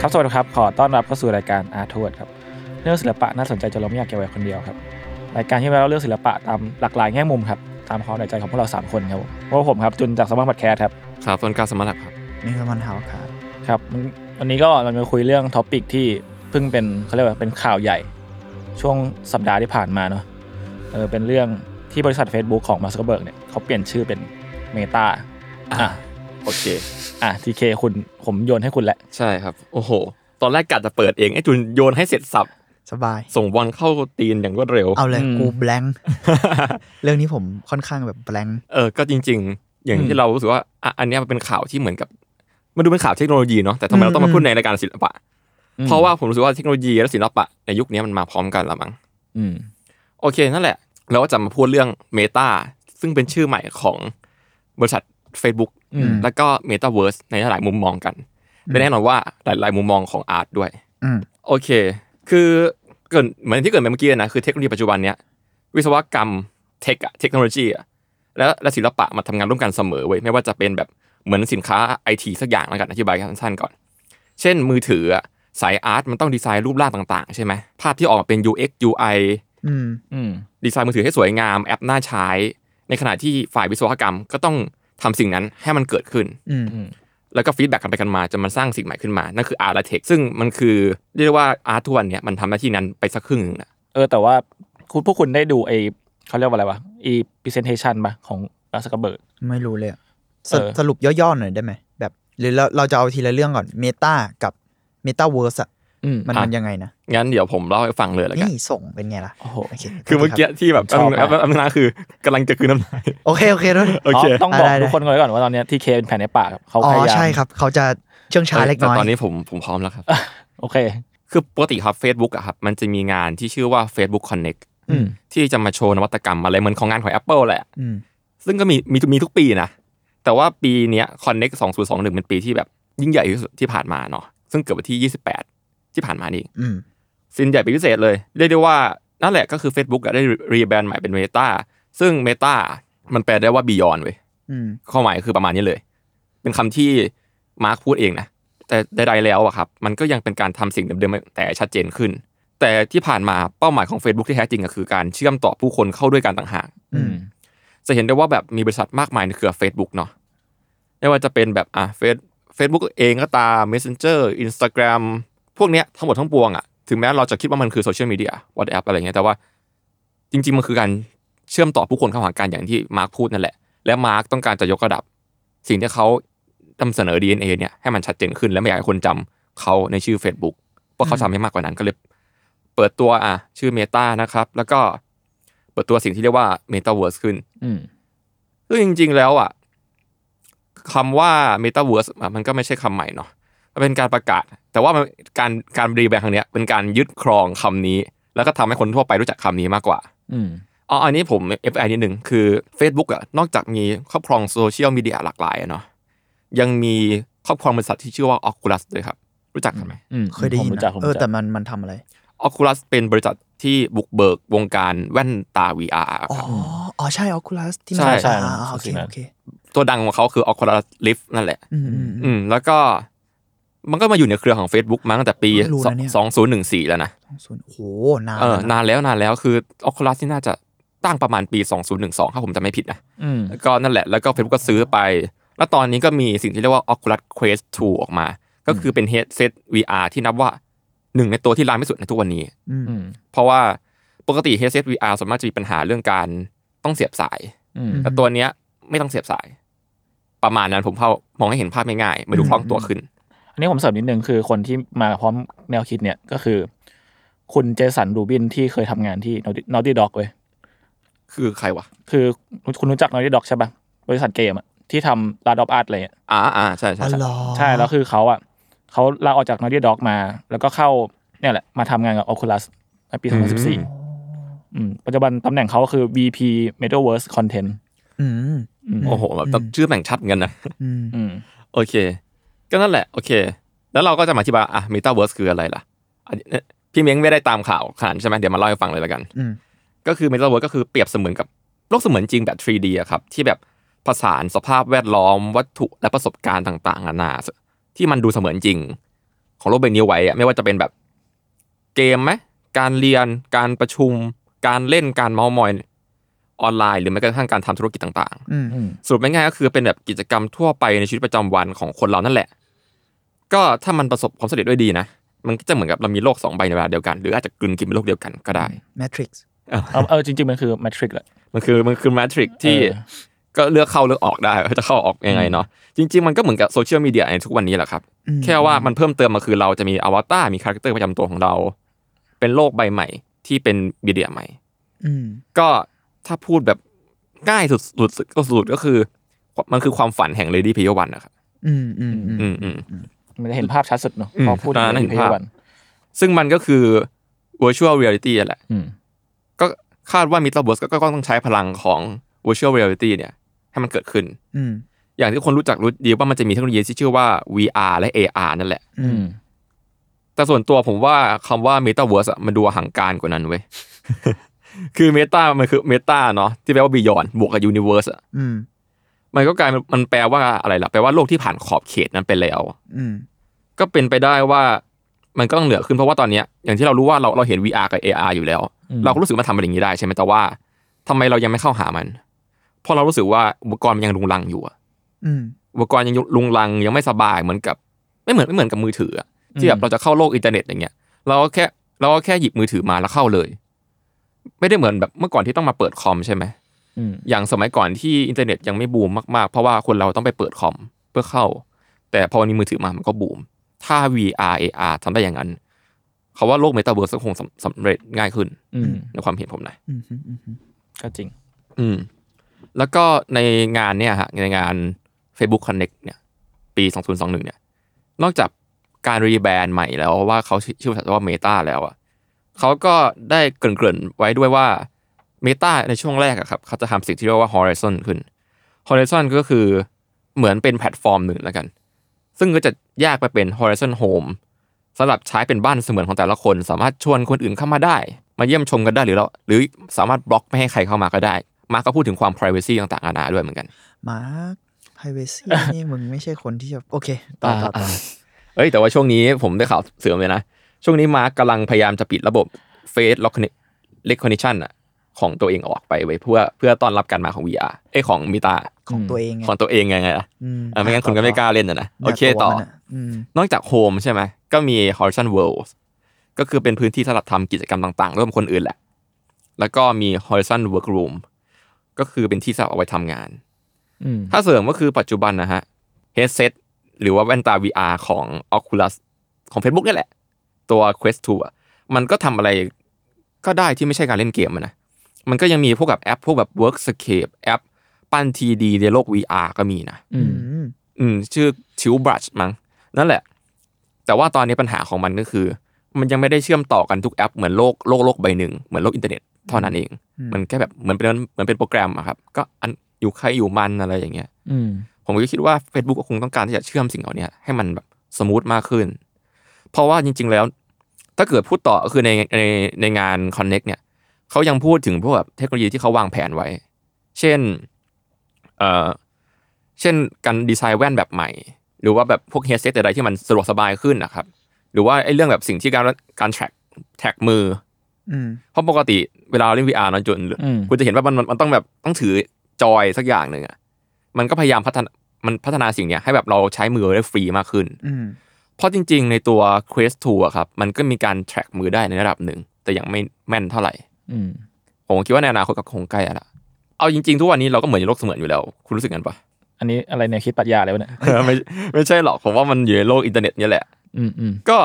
ครับสวัสดีครับ ขอต้อนรับเข้าสู่รายการอาร์ทวดครับเรื่องศิลปะน่าสนใจจนเราไม่อยากเก็บไว้คนเดียวครับรายการที่เราเล่าเรื่องศิลปะตามหลากหลายแง่มุมครับตามความในใจของพวกเราสามคนครับเพราะผมครับจุนจากสมาร์ทพอดแคสต์ครับ ครับต้นกล้าสมรรถครับ นี่คือมันเฮาครับ ครับวันวันนี้ก็เราจะมาคุยเรื่องท็อปิกที่เพิ่งเป็นเขาเรียกว่าเป็นข่าวใหญ่ ช่วงสัปดาห์ที่ผ่านมาเนาะเออเป็นเรื่องที่บริษัท Facebook ของมาร์คเบิร์กเนี่ยเขาเปลี่ยนชื่อเป็นเมตาอ่ะ โอเค อ่ะทีเคคุณผมโยนให้คุณแหละ ใช่ครับ โอ้โห ตอนแรกกะจะเปิดเองไอ้จุนโยนให้เสร็จสับ สบาย ส่งบอลเข้าตีนอย่างรวดเร็ว เอาเลย อืม กูแบงค์เรื่องนี้ผมค่อนข้างแบบแบงค์ เออ ก็จริง ๆ อย่างที่เรารู้สึกว่าอ่ะอันเนี้ยมันเป็นข่าวที่เหมือนกับ มันดูเป็นข่าวเทคโนโลยีเนาะ แต่ทำไมเราต้องมาพูดในรายการศิลปะ อืม เพราะว่าผมรู้สึกว่าเทคโนโลยีและศิลปะในยุคนี้มันมาพร้อมกันละมั้ง อืม โอเค นั่นแหละ เราก็จะมาพูดเรื่องเมตาซึ่งเป็นชื่อใหม่ของบริษัท Facebook อืม แล้วก็ Metaverse ในหลายๆมุมมองกันและแน่นอนว่าหลาย ๆ มุมมองของอาร์ตด้วย อืม โอเค คือเกิดเหมือนที่เกิดไปเมื่อกี้นะ คือเทคโนโลยีปัจจุบันเนี้ยวิศวกรรมเทคอะเทคโนโลยีอะและและศิลปะมาทำงานร่วมกันเสมอเว้ยไม่ว่าจะเป็นแบบเหมือนสินค้าไอทีสักอย่างแล้วกันอธิบายสั้นๆก่อน เช่นมือถืออะสายอาร์ตมันต้องดีไซน์รูปร่างต่างๆ ใช่ไหมภาพที่ออกมาเป็น UX UI อืม อืม ดีไซน์มือถือให้สวยงาม แอปน่าใช้ ในขณะที่ฝ่ายวิศวกรรมก็ต้องทำสิ่งนั้นให้มันเกิดขึ้น อืม แล้วก็ฟีดแบ็กกันไปกันมาจนมันสร้างสิ่งใหม่ขึ้นมา นั่นคืออาร์ตและเทคซึ่งมันคือเรียกได้ว่าอาร์ตทุกวันเนี่ยมันทำหน้าที่นั้นไปสักครึ่งหนึงนะ เออแต่ว่าคุณพวกคุณได้ดูไอเขาเรียกว่าอะไรวะไอ presentation ปะของมาร์คเบิร์ก ไม่รู้เลยอะส เออ สรุปย่อๆหน่อยได้ไหม แบบ หรือเราเราจะเอาทีละเรื่องก่อนเมตากับเมตาเวิร์สอะ อืม มันมันยังไงนะ งั้นเดี๋ยวผมเล่าให้ฟังเลยแล้วกัน นี่ส่งเป็นไงล่ะ โอ้โห เค คือเมื่อกี้ที่แบบ ชอบ แอป มาก แอปนาคือกำลังจะคืนน้ำลาย โอเค โอเคด้วย โอเค ต้องบอก ได้ได้ ทุกคนไว้ก่อนว่าตอนเนี้ที่เคเป็นแผนในปากครับเขา อ๋ พอยยาาม ใช่ครับ เขาจะเชื่องช้าเล็กน้อย แต่ตอนนี้ผมผมพร้อมแล้วครับ โอเค คือปกติครับ Facebook อะครับมันจะมีงานที่ชื่อว่า Facebook Connect อืม ที่จะมาโชว์นวัตกรรมอะไรเหมือนของงานของ Apple แหละ อืม ซึ่งก็มีมีมีทุกปีนะ แต่ว่าปีเนี้ย Connect 2021เป็นปีที่แบบยิ่งใหญ่ที่สุดที่ผ่านมาเนาะซึ่งเกิดวันที่ 28 ที่ผ่านมานี่เอง อืม ซินใหญ่เป็นพิเศษเลย เรียกได้ว่า นั่นแหละก็คือ Facebook อะได้รีแบรนด์ใหม่เป็น Meta ซึ่ง Meta มันแปลได้ว่า Beyond เว้ย อืม ความหมายคือประมาณนี้เลย เป็นคำที่มาร์คพูดเองนะ แต่ใดๆแล้วอะครับ มันก็ยังเป็นการทำสิ่งเดิมๆแต่ชัดเจนขึ้น แต่ที่ผ่านมาเป้าหมายของ Facebook ที่แท้จริงก็คือการเชื่อมต่อผู้คนเข้าด้วยกันต่างหาก อืม จะเห็นได้ว่าแบบมีบริษัทมากมายในเครือ Facebook เนาะไม่ว่าจะเป็นแบบอ่ะเฟซเฟซบุ๊กเองก็ตาม Messenger Instagram พวกเนี้ยทั้งหมดทั้งปวงอะถึงแม้เราจะคิดว่ามันคือโซเชียลมีเดีย WhatsApp อะไรเงี้ยแต่ว่าจริง ๆ มันคือการเชื่อมต่อผู้คนเข้าหากันอย่างที่มาร์คพูดนั่นแหละ และมาร์คต้องการจะยกระดับ สิ่งที่เขานำเสนอ DNA เนี่ยให้มันชัดเจนขึ้น และไม่อยากให้คนจำเขาในชื่อ Facebook เพราะเขาทำให้มากกว่านั้นก็เลย เปิดตัวอ่ะชื่อ Meta นะครับ แล้วก็เปิดตัวสิ่งที่เรียกว่า Metaverse ขึ้น อืม ซึ่งจริงๆ แล้วอ่ะคำว่า Metaverse อ่ะมันก็ไม่ใช่คำใหม่เนาะมันเป็นการประกาศ แต่ว่ามันการการรีแบรนด์ครั้งเนี้ยเป็นการยึดครองคำนี้ แล้วก็ทำให้คนทั่วไปรู้จักคำนี้มากกว่า อืม อ๋ออันนี้ผม FI นิดนึงคือ Facebook อ่ะนอกจากมีครอบครองโซเชียลมีเดียหลากหลายอะเนาะยังมีครอบครองบริษัทที่ชื่อว่า Oculus ด้วยครับ รู้จักกันไหม อืม เคยได้ยิน ผมรู้จัก นะ ผม เออ รู้ แต่ จัก มันมันทำอะไร Oculus เป็นบริษัทที่บุกเบิกวงการแว่นตา VR ครับ อ๋อ อ๋อใช่ออคูลัสที่ ใช่ มัน ใช่ อ่าโอเคโอเค ตัวดังของเขาคือ Oculus Rift นั่นแหละ อืมอืมอืม อืมแล้วก็ มันก็มาอยู่ในเครือของ Facebook มาตั้งแต่ปี เพิ่งรู้นะเนี่ย สองศูนย์หนึ่งสี่แล้วนะ ต้องศูนย์โหนาน เออ นะ นานแล้วนานแล้วคือออคูลัสนี่น่าจะตั้งประมาณปี2012ถ้าผมจำไม่ผิดนะ อืม แล้วก็นั่นแหละ แล้วก็ Facebook ก็ซื้อไป แล้วตอนนี้ก็มีสิ่งที่เรียกว่า Oculus Quest 2 ออกมา ก็คือเป็น headset VR ที่นับว่าหนึ่งในตัวที่ร้ายไม่สุดในทุกวันนี้ อืม อืม เพราะว่าปกติ headset VR ส่วนมากจะมีปัญหาเรื่องการต้องเสียบสาย อืม แต่ตัวเนี้ยไม่ต้องเสียบสาย ประมาณนั้นผมเข้ามองให้เห็นภาพง่ายๆมาดูคล่องตัวขึ้น อันนี้ผมเสริมนิดนึงคือคนที่มาพร้อมแนวคิดเนี่ยก็คือ คุณเจสันรูบินที่เคยทำงานที่นอตตี้ด็อกเว้ย คือใครวะ คือคุณรู้จักนอ t ี d ด็อกใช่ปะบริษัทเกมอะที่ทำลาดอบอาร์ตอะไรอะ อ่าอ่าใช่ใช่ อ๋อ ใช่ เหรอ ใช่แล้วคือเขาอะเขาลาออกจากนอ t ี d ด็อกมา แล้วก็เข้าเนี่ยแหละ มาทำงานกับ Oculus ในปี 2014อืมปัจจุบันตำแหน่งเขาก็คือ VP Metaverse Content อืม อืม โอ้โหแบบต้อง อืม ชื่อแบ่งชัดเหมือนกันนะ อืม อืม โอเค ก็นั่นแหละ โอเค แล้วเราก็จะมาอธิบายอ่ะเมตาเวิร์สคืออะไรล่ะอันนี้พี่เม้งไม่ได้ตามข่าวขนาดนั้นใช่ไหมเดี๋ยวมาเล่าให้ฟังเลยละกัน อืม ก็คือเมตาเวิร์สก็คือเปรียบเสมือนกับโลกเสมือนจริงแบบ 3D อะครับ ที่แบบผสานสภาพแวดล้อม วัตถุและประสบการณ์ต่างๆนานาที่มันดูเสมือนจริง ของโลกใบนี้ไว้อะไม่ว่าจะเป็นแบบเกมไหมการเรียน การประชุม การเล่นการเมาส์มอยออนไลน์ หรือแม้กระทั่งการทำธุรกิจต่างๆ อืม อืม สรุปง่ายๆก็คือเป็นแบบกิจกรรมทั่วไปในชีวิตประจำวันของคนเรานั่นแหละ ก็ถ้ามันประสบความสำเร็จด้วยดีนะ มันก็จะเหมือนกับเรามีโลกสองใบในเวลาเดียวกัน หรืออาจจะกลืนกินเป็นโลกเดียวกันก็ได้ แมทริกซ์ เอาเออจริง ๆ มันคือ Matrix แหละ มันคือมันคือแมทริกที่ เออ ก็เลือกเข้าเลือกออกได้ว่าจะเข้าออกยังไงเนาะจริง ๆ มันก็เหมือนกับโซเชียลมีเดียในทุกวันนี้แหละครับ อืม แค่ว่ามันเพิ่มเติมมาคือเราจะมีอวตารมีคาแรคเตอร์ประจำตัวของเรา เป็นโลกใบใหม่ที่เป็นมีเดียใหม่ อืม ก็ถ้าพูดแบบง่ายสุดสุดก็สุดก็คือ มันคือความฝันแห่งเลดี้พิยวันนะครับ อืม อืม อืม อืมอืม มันจะเห็นภาพชัดสุดเนอะ อืม พอพูดถึง อ่านั่นเห็น เพย์ ภาพ วัน ซึ่งมันก็คือ virtual reality อะแหละ อืม ก็คาดว่า metaverse ก็ก็ต้องใช้พลังของ virtual reality เนี่ย ให้มันเกิดขึ้น อืม อย่างที่คนรู้จักรู้ดีว่ามันจะมีเทคโนโลยีที่ชื่อว่า VR และ AR นั่นแหละ อืม แต่ส่วนตัวผมว่าคำว่า metaverse อะมันดูห่างการกว่านั้นเว้ย คือ meta มันคือ meta เนาะที่แปลว่า beyond บวกกับ universe อะ อืม มันก็กลายเป็นมันแปลว่าอะไรล่ะแปลว่าโลกที่ผ่านขอบเขตนั้นไปแล้ว อืม ก็เป็นไปได้ว่ามันก็ต้องเหนือขึ้นเพราะว่าตอนเนี้ยอย่างที่เรารู้ว่าเราเราเห็น VR กับ AR อยู่แล้ว เราก็รู้สึกว่ามันทำเป็นอย่างนี้ได้ใช่ไหมแต่ว่าทำไมเรายังไม่เข้าหามัน เพราะเรารู้สึกว่าอุปกรณ์มันยังลุงลังอยู่อะ อืม อุปกรณ์ยังลุงลังยังไม่สบายเหมือนกับ ไม่เหมือนไม่เหมือนกับมือถืออะที่แบบเราจะเข้าโลกอินเทอร์เน็ตอย่างเงี้ยเราก็แค่เราก็แค่หยิบมือถือมาแล้วเข้าเลย ไม่ได้เหมือนแบบเมื่อก่อนที่ต้องมาเปิดคอมใช่ไหม อืม อย่างสมัยก่อนที่อินเทอร์เน็ตยังไม่บูมมากๆ เพราะว่าคนเราต้องไปเปิดคอมเพื่อเข้า แต่พอวันนี้มือถือมามันก็บูม ถ้า VR AR ทำได้อย่างนั้น เขาว่าโลกเมตาเวิร์สก็คงสำสำเร็จง่ายขึ้น อืม ในความเห็นผมนะ อืม อืม อืม ก็จริง อืม แล้วก็ในงานเนี่ยฮะในงาน Facebook Connect เนี่ย ปี 2021 เนี่ย นอกจากการรีแบรนด์ใหม่แล้วว่าเขาชื่อชื่อบริษัทว่า Meta แล้วอะเขาก็ได้เกริ่นๆไว้ด้วยว่า Meta ในช่วงแรกอะครับเขาจะทำสิ่งที่เรียกว่า Horizon ขึ้น Horizon ก็คือเหมือนเป็นแพลตฟอร์มหนึ่งแล้วกัน ซึ่งก็จะแยกไปเป็น Horizon Home สำหรับใช้เป็นบ้านเสมือนของแต่ละคน สามารถชวนคนอื่นเข้ามาได้ มาเยี่ยมชมกันได้หรือเราหรือสามารถบล็อกไม่ให้ใครเข้ามาก็ได้ มาร์คก็พูดถึงความ p r i เวซีต่างๆนานาด้วยเหมือนกัน มาร์คไฮเวซี่นี่มึงไม่ใช่คนที่จะโอเค ต่อ อ่า ต่อต่อ เอ้ยแต่ว่าช่วงนี้ผมได้ข่าวเสริมเลยนะ ช่วงนี้มาร์กกำลังพยายามจะปิดระบบเฟสล็อกเลคคอนดิชันอะของตัวเองออกไปไว้ยเพื่อเพื่อต้อนรับการมาของ VR เอ้ยของมิตา ของตัวเองไง ของตัวเองไงไงล่ะ อืม อ่ะไม่งั้นคุณก็ไม่กล้าเล่นนะนะโอเค ย่า ต่อ มันะอืม นอกจากโฮมใช่ไหมก็มี Horizon World ก็คือเป็นพื้นที่สำหรับทำกิจกรรมต่างๆ ร่วมกับคนอื่นแหละ แล้วก็มี Horizon Workroom ก็คือเป็นที่สำหรับเอาไว้ทำงาน อืม ถ้าเสริมก็คือปัจจุบันนะฮะ headset หรือว่าแว่นตา VR ของ Oculus ของ Facebook นี่แหละ ตัว Quest 2อะมันก็ทำอะไรก็ได้ที่ไม่ใช่การเล่นเกมอะนะ มันก็ยังมีพวกแบบแอป พวกแบบ Workscape แอป ปั้น TD ในโลก VR ก็มีนะ อืม อืม อืมชื่อชิวบรัชมั้งนั่นแหละ แต่ว่าตอนนี้ปัญหาของมันก็คือ มันยังไม่ได้เชื่อมต่อกันทุกแอปเหมือนโลกโลกโลกใบหนึ่งเหมือนโลกอินเทอร์เน็ตเท่านั้นเอง อืม มันแค่แบบเหมือนเป็นเหมือนเป็นโปรแกรมอะครับ ก็อันอยู่ใครอยู่มันอะไรอย่างเงี้ย อืม ผมก็คิดว่า Facebook ก็คงต้องการที่จะเชื่อมสิ่งเหล่านี้ให้มันแบบสมูทมากขึ้น เพราะว่าจริง ๆ แล้ว ถ้าเกิดพูดต่อก็คือในในในงาน Connect เนี่ยเขายังพูดถึงพวกแบบเทคโนโลยีที่เขาวางแผนไว้ เช่นเอ่อเช่นการดีไซน์แว่นแบบใหม่ หรือว่าแบบพวกเฮดเซตอะไรที่มันสะดวกสบายขึ้นนะครับ หรือว่าไอ้เรื่องแบบสิ่งที่การการแท็กแท็กมือ อืม เพราะปกติเวลาเราเล่น VR เนอะจน อืม คุณจะเห็นว่ามันมันมันต้องแบบต้องถือจอยสักอย่างหนึ่งอะมันก็พยายามพัฒนามันพัฒนาสิ่งเนี้ยให้แบบเราใช้มือได้ฟรีมากขึ้น อืม เพราะจริงๆ ในตัว Quest 2อะครับมันก็มีการแทร็กมือได้ในระดับหนึ่ง แต่ยังไม่แม่นเท่าไหร่ อืม ผมคิดว่าในอนาคตก็คงใกล้อะละเอาจริงๆ ทุกวันนี้เราก็เหมือนในโลกเสมือนอยู่แล้ว คุณรู้สึก งั้นปะ อันนี้อะไรเนี่ยคิดปรัชญาอะไรวะเนี่ย ไม่ไม่ใช่หรอก ผมว่ามันอยู่ในโลกอินเทอร์เน็ตเนี่ยแหละ อืมอืม ก็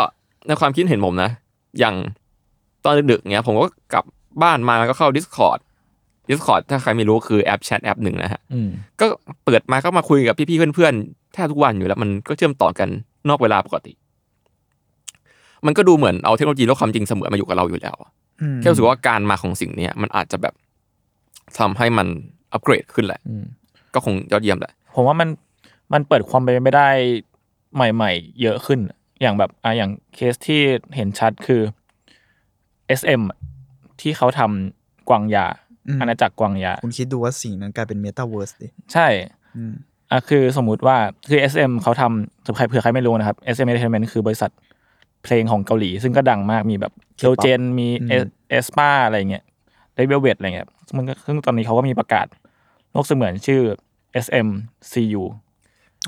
ในความคิดเห็นผมนะ อย่างตอนดึกๆเนี้ยผมก็กลับบ้านมาแล้วก็เข้า Discord Discord ถ้าใครไม่รู้คือแอปแชทแอปหนึ่งนะฮะ อืม ก็เปิดมาก็มาคุยกับพี่ๆเพื่อนๆแทบทุกวันอยู่แล้ว มันก็เชื่อมต่อกันนอกเวลาปกติ มันก็ดูเหมือนเอาเทคโนโลยีและความจริงเสมอมาอยู่กับเราอยู่แล้วอะ อืม แค่รู้สึกว่าการมาของสิ่งเนี้ยมันอาจจะแบบทำให้มันอัปเกรดขึ้นแหละ อืม ก็คงยอดเยี่ยมแหละ ผมว่ามันมันเปิดความเป็นไปได้ใหม่ ๆ เยอะขึ้น อย่างแบบอ่ะอย่างเคสที่เห็นชัดคือ SM อะที่เขาทำกวางยาอาณาจักรกวางยา คุณคิดดูว่าสิ่งนั้นกลายเป็นเมตาเวิร์สดิ ใช่ อืม อ่ะคือสมมุติว่าคือ SM เขาทำสำหรับใครเผื่อใครไม่รู้นะครับ SM Entertainment คือบริษัทเพลงของเกาหลี ซึ่งก็ดังมากมีแบบเคียวเจนมี อืม เอเอสปาอะไรเงี้ยเดวิลเวดอะไรเงี้ยมันก็ซึ่งตอนนี้เขาก็มีประกาศโลกเสมือนชื่อ SM CU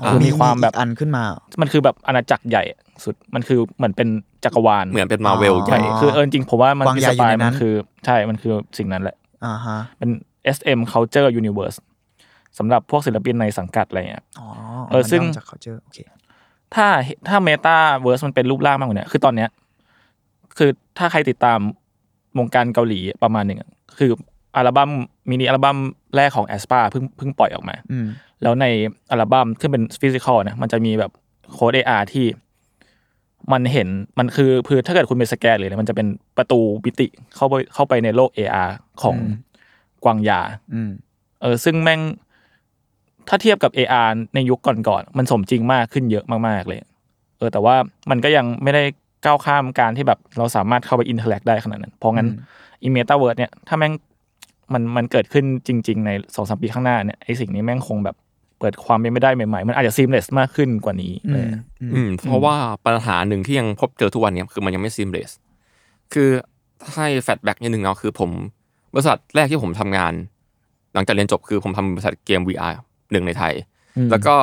อ่ะ คือมีความแบบ อีกอันขึ้นมา มันคือแบบอาณาจักรใหญ่สุด มันคือเหมือนเป็นจักรวาล เหมือนเป็นมาเวล อ๋อ ใหญ่ คือเออจริงๆผมว่ามัน วาง มี ยา ส อยู่ ไต ใน ล์ นั้ มัน นคือใช่ มันคือสิ่งนั้นแหละ อ่าฮะ เป็น SM Culture Universe สำหรับพวกศิลปินในสังกัดอะไรเงี้ย อ๋อ เออซึ่ง มันย่มาจาก culture โอเค ถ้าถ้าเมตาเวิร์สมันเป็นรูปร่างมากกว่าเนี้ยคือตอนเนี้ยคือถ้าใครติดตามวงการเกาหลีประมาณหนึ่งอะคืออัลบั้มมินิอัลบั้มแรกของแอสปาเพิ่งเพิ่งปล่อยออกมา อืม แล้วในอัลบั้มที่เป็นฟิสิกอลนะมันจะมีแบบโค้ด AR ที่มันเห็นมันคือคือถ้าเกิดคุณเป็นสแกนหรืออะไรมันจะเป็นประตูบิติเข้าไปเข้าไปในโลก AR ของ อืม กวางยา อืม เออซึ่งแม่งถ้าเทียบกับ AR ในยุคก่อนๆมันสมจริงมากขึ้นเยอะมากๆเลย เออแต่ว่ามันก็ยังไม่ได้ก้าวข้ามการที่แบบเราสามารถเข้าไปอินเทอร์แอคได้ขนาดนั้น เพราะงั้นอีเมตาเวิร์ดเนี่ยถ้าแม่งมันมันเกิดขึ้นจริง ๆ ในสองสามปีข้างหน้าเนี่ยไอสิ่งนี้แม่งคงแบบเปิดความเป็นไม่ได้ใหม่ๆ มันอาจจะซีมเลสมากขึ้นกว่านี้เออืม อ อืม อืมเพราะว่าปัญหาหนึ่งที่ยังพบเจอทุกวันเนี่ยคือมันยังไม่ซีมเลสคือให้แฟลชแบ็กนิดหนึ่งเนาะคือผมบริษัทแรกที่ผมทำงาน หลังจากเรียนจบคือผมทำบริษัทเกม VR หนึ่งในไทย แล้วก็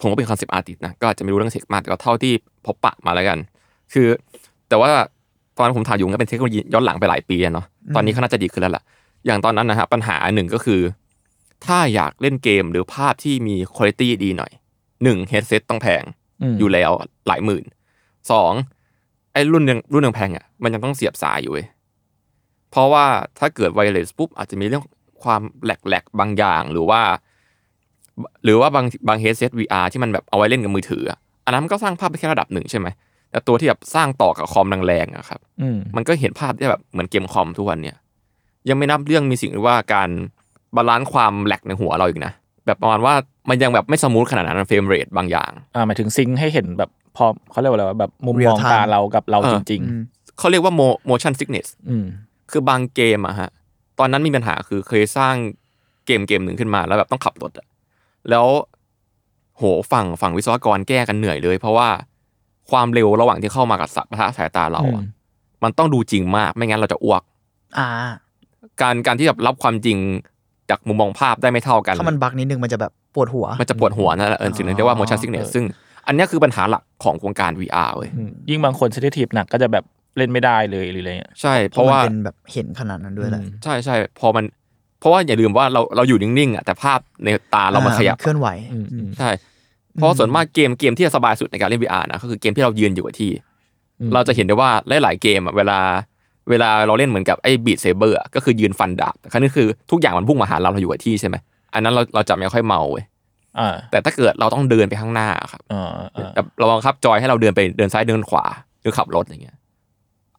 ผมก็เป็นคอนเซปต์อาร์ติสนะ ก็อาจจะไม่รู้เรื่องเทคมากแต่ก็เท่าที่พบปะมาแล้วกัน คือ แต่ว่าตอนผมถ่ายอยู่ก็เป็นเทคโนโลยีย้อนหลังไปหลายปีอะเนาะตอนนี้ก็น่าจะดีขึ้นแล้วล่ะ อย่างตอนนั้นนะฮะปัญหาหนึ่งก็คือ ถ้าอยากเล่นเกมหรือภาพที่มีคุณภาพดีหน่อยหนึ่งเฮดเซตต้องแพง ม อยู่แล้วหลายหมื่นสองไอ้รุ่นหนึ่งรุ่นหนึ่งแพงอ่ะมันยังต้องเสียบสายอยู่เว้ยเพราะว่าถ้าเกิดไวเลสปุ๊บอาจจะมีเรื่องความแหลกๆ บางอย่างหรือว่า หรือว่าบางบางเฮดเซต VR ที่มันแบบเอาไว้เล่นกับมือถืออะอันนั้นมันก็สร้างภาพไปแค่ระดับหนึ่งใช่ไหมแต่ตัวที่แบบสร้างต่อกับคอมแรงๆอะครับ อืม มันก็เห็นภาพได้แบบเหมือนเกมคอมทุกวันเนี่ยยังไม่นับเรื่องมีสิ่งที่ว่าการบาลานซ์ความแหลกในหัวเราอีกนะแบบประมาณว่ามันยังแบบไม่สมูทขนาดนั้นเฟรมเรทบางอย่าง อ่าหมายถึงซิงค์ให้เห็นแบบพอเขาเรียกว่าอะไรวะแบบมุมมอง Real time ตาเรากับเรา เออ จริง อืม เขาเรียกว่า mo- motion sickness ๆ อืม คือบางเกมอะฮะ ตอนนั้นมีปัญหาคือเคยสร้างเกมเกมหนึ่งขึ้นมาแล้วแบบต้องขับรถอะแล้วโหฝั่งฝั่งวิศวกรแก้กันเหนื่อยเลย เพราะว่าความเร็วระหว่างที่เข้ามากับสะปะทะสายตาเราอะ อืม มันต้องดูจริงมากไม่งั้นเราจะอ้วก อ่า การการที่แบบรับความจริงจากมุมมองภาพได้ไม่เท่ากัน ถ้ามันบักนิดนึงมันจะแบบปวดหัว มันจะปวดหัวนั่นแหละเออสิ่งนั้นเรียกว่า motion sickness ซึ่งอันเนี้ยคือปัญหาหลักของวงการ VR เว้ย อืมยิ่งบางคนเซนซิทีฟหนักก็จะแบบเล่นไม่ได้เลยหรืออะไรเงี้ย ใช่เพราะว่า มันเป็นแบบเห็นขนาดนั้นด้วยแหละ ใช่ใช่พอมันเพราะว่าอย่าลืมว่าเราเราอยู่นิ่งๆอ่ะแต่ภาพในตาเรามันขยับ อ่เคลื่อนไหว อืมอืม ใช่เพราะส่วนมากเกมเกมที่จะสบายสุดในการเล่น VR นะก็คือเกมที่เรายืนอยู่กับที่ เราจะเห็นได้ว่าหลายๆเกมอ่ะเวลา เวลาเราเล่นเหมือนกับไอ้บีดเซเบอร์ก็คือยืนฟันดาบแต่ครั้งนี้คือทุกอย่างมันพุ่งมาหาเราเราอยู่กับที่ใช่ไหมอันนั้นเราเราจะไม่ค่อยเมาเว้ย อ่า แต่ถ้าเกิดเราต้องเดินไปข้างหน้าครับ อ่าอ่า แบบเราบังคับจอยให้เราเดินไปเดินซ้ายเดินขวาหรือขับรถอย่างเงี้ย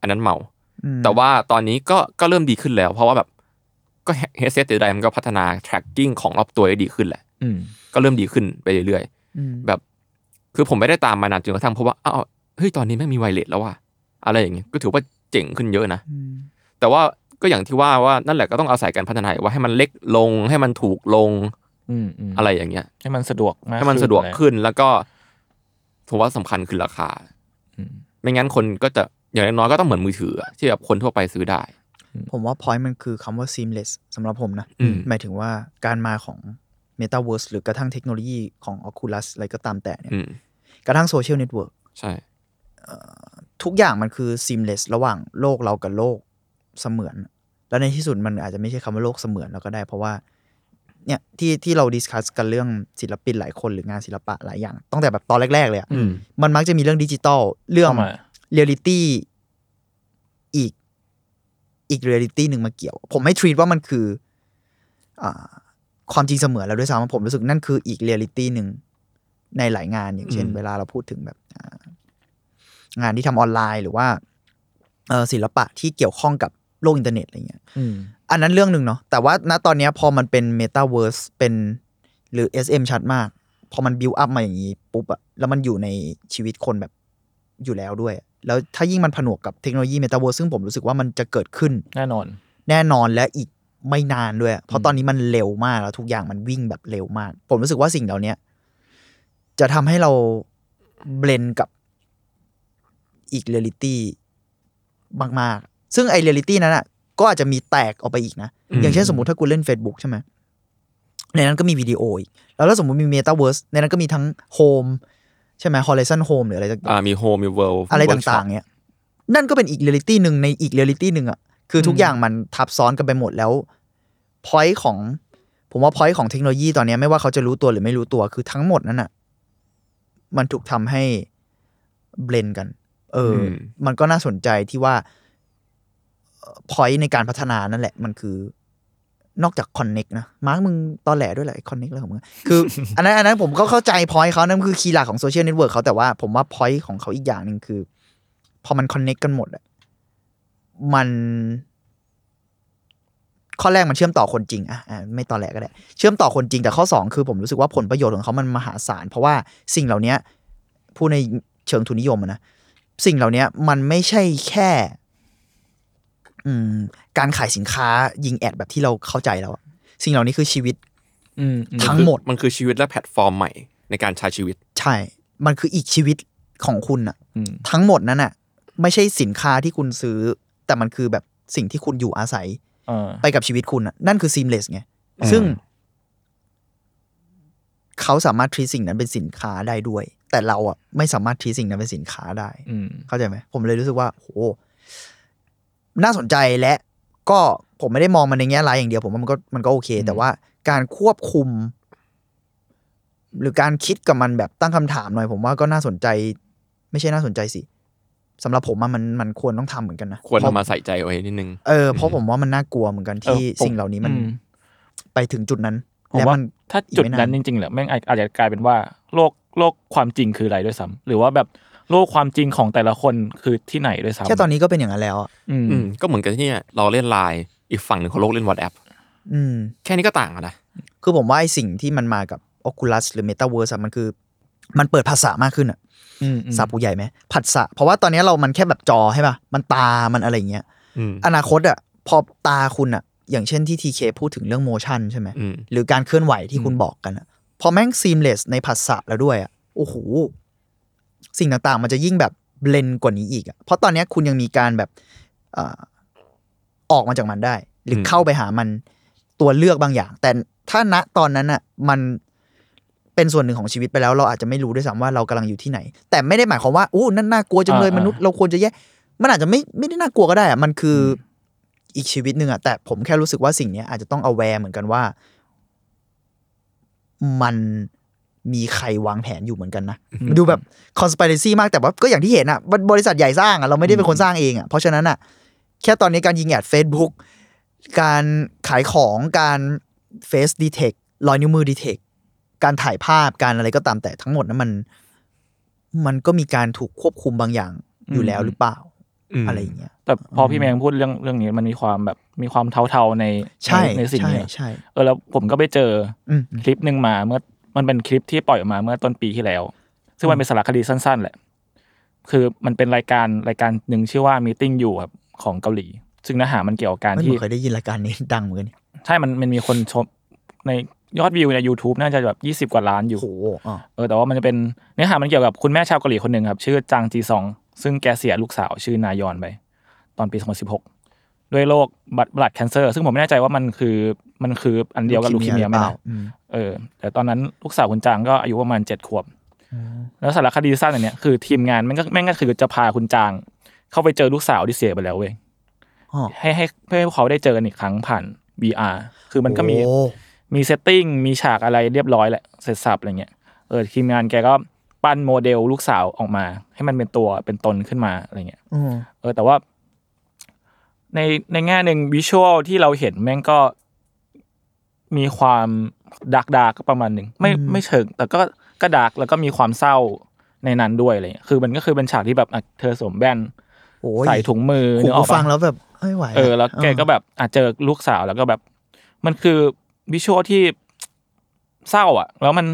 อันนั้นเมา อืม แต่ว่าตอนนี้ก็ก็เริ่มดีขึ้นแล้ว เพราะว่าแบบก็เฮดเซตใดๆมันก็พัฒนา tracking ของรอบตัวได้ดีขึ้นแหละ อืม ก็เริ่มดีขึ้นไปเรื่อย อืม ๆแบบ คือผมไม่ได้ตามมานานจนกระทั่งเพราะว่าอ้าวเฮ้ยตอนนี้ไม่งมีไวเลสแล้วว่ะอะไรอย่างเงี้ยก็ถือว่าเจ๋งขึ้นเยอะนะ อืม แต่ว่าก็อย่างที่ว่าว่านั่นแหละก็ต้องอาศัยการพัฒนาว่าให้มันเล็กลงให้มันถูกลง อืมอืม อะไรอย่างเงี้ย ให้มันสะดวกมาก ให้มัน ขึ้ สะดวก อะไร ขึ้นแล้วก็ ผมว่าสำคัญคือราคา ไม่งั้นคนก็จะอย่างน้อยๆก็ต้องเหมือนมือถืออะที่แบบคนทั่วไปซื้อได้ ผมว่า point มันคือคำว่า seamless สำหรับผมนะ อืม หมายถึงว่าการมาของ Metaverse หรือกระทั่งเทคโนโลยีของ Oculus อะไรก็ตามแต่เนี่ย อืม กระทั่ง Social Network ใช่ ทุกอย่างมันคือ seamless ระหว่างโลกเรากับโลกเสมือน แล้วในที่สุดมันอาจจะไม่ใช่คำว่าโลกเสมือนแล้วก็ได้ เพราะว่าเนี่ยที่ที่เราดิสคัสกันเรื่องศิลปินหลายคนหรืองานศิลปะหลายอย่างตั้งแต่แบบตอนแรก ๆ เลยอะ อืม มันมักจะมีเรื่องดิจิตอลเรื่อง เข้ามา เรียลิตี้อีกอีกเรียลิตี้หนึ่งมาเกี่ยว ผมไม่ทรีตว่ามันคืออาความจริงเสมอแล้วด้วยซ้ำผมรู้สึกนั่นคืออีกเรียลิตี้หนึ่งในหลายงานอย่างเช่น อืม เวลาเราพูดถึงแบบอ่างานที่ทำออนไลน์หรือว่าเอ่อศิลปะที่เกี่ยวข้องกับโลกอินเทอร์เน็ตอะไรเงี้ย อันนั้นเรื่องหนึ่งเนาะแต่ว่าณตอนเนี้ยพอมันเป็น Metaverse เป็นหรือ SM ชัดมาก พอมันบิวอัพมาอย่างนี้ปุ๊บอะแล้วมันอยู่ในชีวิตคนแบบอยู่แล้วด้วย แล้วถ้ายิ่งมันผนวกกับเทคโนโลยี Metaverse ซึ่งผมรู้สึกว่ามันจะเกิดขึ้น แน่นอน แน่นอนและอีกไม่นานด้วย เพราะตอนนี้มันเร็วมากแล้วทุกอย่างมันวิ่งแบบเร็วมาก ผมรู้สึกว่าสิ่งเหล่าเนี้ยจะทำให้เราเบลนกับอีกเรียลิตี้มากๆ ซึ่งไอเรียลิตี้นั้นอ่ะ ก็อาจจะมีแตกออกไปอีกนะ อืม อย่างเช่นสมมติถ้ากูเล่น Facebook ใช่ไหมในนั้นก็มีวิดีโออีก แล้วถ้าสมมติมี Metaverse ในนั้นก็มีทั้ง Home ใช่ไหม Horizon Home หรืออะไรต่างๆ อ่ามีโฮมมีเวิลด์ อะไรต่างๆ เนี่ย นั่นก็เป็นอีกเรียลิตี้หนึ่งในอีกเรียลิตี้หนึ่งอะคือทุกอย่างมันทับซ้อนกันไปหมดแล้วพอยต์ของ ผมว่าพอยต์ของเทคโนโลยีตอนเนี้ยไม่ว่าเขาจะรู้ตัวหรือไม่รู้ตัว คือทั้งหมดนั้นอะมันถูกทำให้เบลนกัน เอออ ม มันก็น่าสนใจที่ว่าพอยต์ในการพัฒนานั่นแหละ มันคือนอกจากคอนเน็กนะ มาร์กมึงตอนแหลด้วยแหละคอนเน็กเลยของมึงอะคือ อันนั้นอันนั้นผมก็เข้าใจพอยต์เขานั่นคือคีย์หลักของโซเชียลเน็ตเวิร์กเขาแต่ว่าผมว่าพอยต์ของเขาอีกอย่างหนึ่งคือ พอมันคอนเน็กกันหมดอะมันข้อแรกมันเชื่อมต่อคนจริงอะอ่ะไม่ตอนแรกก็ได้ เชื่อมต่อคนจริงแต่ข้อสองคือผมรู้สึกว่าผลประโยชน์ของเขามันมหาศาล เพราะว่าสิ่งเหล่านี้ผู้ในเชิงทุนนิยมอะนะสิ่งเหล่านี้มันไม่ใช่แค่ อืม การขายสินค้ายิงแอดแบบที่เราเข้าใจแล้วอะสิ่งเหล่านี้คือชีวิต อืม ทั้งหมด มันคือชีวิตและแพลตฟอร์มใหม่ในการใช้ชีวิต ใช่ มันคืออีกชีวิตของคุณอะ อืม ทั้งหมดนั้นน่ะ ไม่ใช่สินค้าที่คุณซื้อ แต่มันคือแบบสิ่งที่คุณอยู่อาศัย เออ ไปกับชีวิตคุณน่ะ นั่นคือ seamless ไง อืม ซึ่ง เขาสามารถทีสิ่งนั้นเป็นสินค้าได้ด้วย แต่เราอ่ะไม่สามารถทีสิ่งนั้นเป็นสินค้าได้ อืม เข้าใจไหมผมเลยรู้สึกว่าโหน่าสนใจและก็ผมไม่ได้มองมันในแง่ร้ายอย่างเดียว ผมว่ามันก็มันก็โอเค อืม แต่ว่าการควบคุม หรือการคิดกับมันแบบตั้งคำถามหน่อยผมว่าก็น่าสนใจ ไม่ใช่น่าสนใจสิสำหรับผมอะมันมันควรต้องทำเหมือนกันนะ ควร เพาะ เอามาใส่ใจไว้นิดนึง เออเพราะผมว่ามันน่ากลัวเหมือนกันที่ เออผม สิ่งเหล่านี้มัน อืม ไปถึงจุดนั้น ผม และ ว่า มัน ถ้า อีก จุด ไม่นาน นั้นจริงๆแหละแม่งอาจอาจจะกลายเป็นว่าโลกโลกความจริงคืออะไรด้วยซ้ำหรือว่าแบบโลกความจริงของแต่ละคนคือที่ไหนด้วยซ้ำ แค่ตอนนี้ก็เป็นอย่างนั้นแล้วอะ อืม อืมก็เหมือนกันที่เนี่ยเราเล่นไลน์อีกฝั่งหนึ่งของโลกเล่นวอทแอป อืม แค่นี้ก็ต่างกันนะ คือผมว่าไอสิ่งที่มันมากับ Oculus หรือ Metaverse อะมันคือ มันเปิดภาษามากขึ้นอะ อืมอืม สับผูใหญ่ไหมผัสสะเพราะว่าตอนนี้เรามันแค่แบบจอใช่ป่ะมันตามันอะไรอย่างเงี้ย อืม อนาคตอ่ะพอตาคุณอ่ะ อย่างเช่นที่ทีเคพูดถึงเรื่องโมชั่นใช่ไหม อืม หรือการเคลื่อนไหวที่คุณบอกกันอ่ะ พอแม่งซีมเลสในผัสสะแล้วด้วยอ่ะโอ้โหสิ่งต่างๆ มันจะยิ่งแบบเบลนกว่านี้อีกอ่ะเพราะตอนนี้คุณยังมีการแบบเอ่อออกมาจากมันได้ หรืออ ม เข้าไปหามันตัวเลือกบางอย่าง แต่ถ้าณตอนนั้นอ่ะมัน เป็นส่วนหนึ่งของชีวิตไปแล้วเราอาจจะไม่รู้ด้วยซ้ำว่าเรากำลังอยู่ที่ไหน แต่ไม่ได้หมายความว่าอู้นั่นน่ากลัวจังเลยมนุษย์เราควรจะแยกมันอาจจะไม่ไม่ได้น่ากลัวก็ได้อะมันคือออีกชีวิตหนึ่งอะแต่ผมแค่รู้สึกว่าสิ่งเนี้ยอาจจะต้อง a แวร์เหมือนกันว่า มันมีใครวางแผนอยู่เหมือนกันนะมันดูแบบคอน spiracy มากแต่ว่าก็อย่างที่เห็นอะมันบริษัทใหญ่สร้างอะเราไม่ได้เป็นคนสร้างเองอะเพราะฉะนั้นอะแค่ตอนนี้การยิงแอด Facebook การขายของการเฟ e ดีเทครอยนิ้วมือดีเทคการถ่ายภาพการอะไรก็ตามแต่ทั้งหมดนั้นมัน มันก็มีการถูกควบคุมบางอย่างอยู่แล้วหรือเปล่า อะไรอย่างเงี้ย แต่พอพี่แมงพูดเรื่องเรื่องนี้มันมีความแบบมีความเทาๆใน ใช่ ในในสิ่ง ใช่ เนี้ย ใช่ เออแล้วผมก็ไปเจอ อืม คลิปหนึ่งมาเมื่อมันเป็นคลิปที่ปล่อยออกมาเมื่อต้นปีที่แล้ว ซึ่งมันเป็นสารคดีสั้น ๆ แหละ คือมันเป็นรายการรายการหนึ่งชื่อว่ามีติ้งอยู่ครับของเกาหลี ซึ่งเนื้อหามันเกี่ยวกับการ ไม่ ที่ เคยได้ยินรายการนี้ ดังเหมือนกัน ใช่ มันมันมีคนชมใน ยอดวิวใน YouTube น่าจะแบบ 20 กว่าล้านอยู่ โอ้โหอ่ะ เออแต่ว่ามันจะเป็นเนื้อหามันเกี่ยวกับคุณแม่ชาวเกาหลีคนหนึ่งครับ ชื่อจางจีซอง ซึ่งแกเสียลูกสาวชื่อนายอนไป ตอนปี 2016 ด้วยโรคบัตรบัตรแคนเซอร์ซึ่งผมไม่แน่ใจว่ามันคือมันคืออันเดียวกับลูคีเมียไหม เปล่า นะ อืม เออแต่ตอนนั้นลูกสาวคุณจางก็อายุประมาณเจ็ดขวบ แล้วสารคดีสั้นอันเนี้ยคือทีมงานแม่งก็แม่งก็คือจะพาคุณจาง เข้าไปเจอลูกสาวที่เสียไปแล้วเว้ย อ๋อ ให้ให้เพื่อให้เขาได้เจอกันอีกครั้งผ่าน VR คือมันก็มี โอ้ มีเซตติ้งมีฉากอะไรเรียบร้อยแหละ เสร็จสับอะไรเงี้ยเออทีมงานแกก็ปั้นโมเดลลูกสาวออกมา ให้มันเป็นตัวเป็นตนขึ้นมาอะไรเงี้ย อืม เออแต่ว่า ในในแง่หนึ่งวิชวลที่เราเห็นแม่งก็มีความดาร์กดาร์กประมาณหนึ่งไม่ไม่เชิง แต่ก็ก็ดาร์กแล้วก็มีความเศร้าในนั้นด้วยอะไรเงี้ยคือมันก็คือเป็นฉากที่แบบอ่ะเธอสวมแว่น โอ้ย ใส่ถุงมือ ผม นึกออกปะ ฟังแล้วแบบไม่ไหวะ เออแล้วแกก็แบบอาจเจอลูกสาวแล้วก็แบบ มันคือวิชวลที่ เศร้าอ่ะ แล้วมัน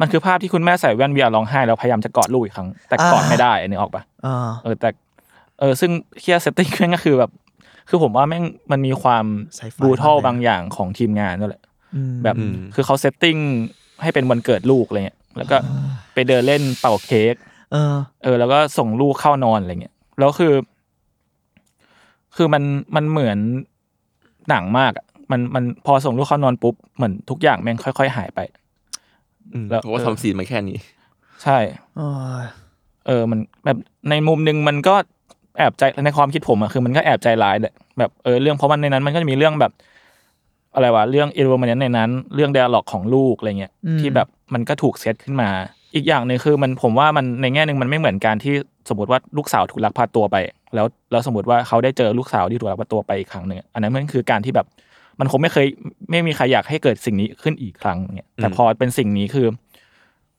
มันคือภาพที่คุณแม่ใส่แว่นวีอาร้องไห้แล้วพยายามจะกอดลูกอีกครั้ง แต่กอดไม่ได้นึกออกปะ อ่า เออแต่ เออ ซึ่งเคียเซตติ้งแม่งก็คือแบบ คือผมว่าแม่งมันมีความ ใส่ไฟ บูทอลบาง มกเลย อย่างของทีมงานนั่นแหละ อืม แบบ อืม คือเขาเซตติ้งให้เป็นวันเกิดลูกอะไรเงี้ยแล้วก็ไปเดินเล่นเป่าเค้ก เออ เออแล้วก็ส่งลูกเข้านอนอะไรเงี้ยแล้วคือ คือมันมันเหมือนหนังมากอะมันมันพอส่งลูกเข้านอนปุ๊บเหมือนทุกอย่างแม่งค่อย ๆ หายไป อืม แล้ว เพราะว่า เออ ทำซีนมาแค่นี้ ใช่ โอ้ย เออ มันแบบในมุมหนึ่งมันก็แอบใจในความคิดผมอะคือมันก็แอบใจร้ายแหละแบบเออเรื่องเพราะมันในนั้นมันก็จะมีเรื่องแบบ อะไรวะเรื่องเอเวอร์มันในนั้น เรื่องเดลล็อกของลูกอะไรเงี้ยที่แบบมันก็ถูกเซตขึ้นมา อีกอย่างหนึ่งคือมันผมว่ามันในแง่หนึ่งมันไม่เหมือนการที่สมมติว่าลูกสาวถูกลักพาตัวไป แล้วแล้วสมมติว่าเขาได้เจอลูกสาวที่ถูกลักพาตัวไปอีกครั้งหนึ่งอันนั้นมันคือการที่แบบมันคงไม่เคยไม่มีใครอยากให้เกิดสิ่งนี้ขึ้นอีกครั้งเนี่ยแต่ อืม พอเป็นสิ่งนี้คือ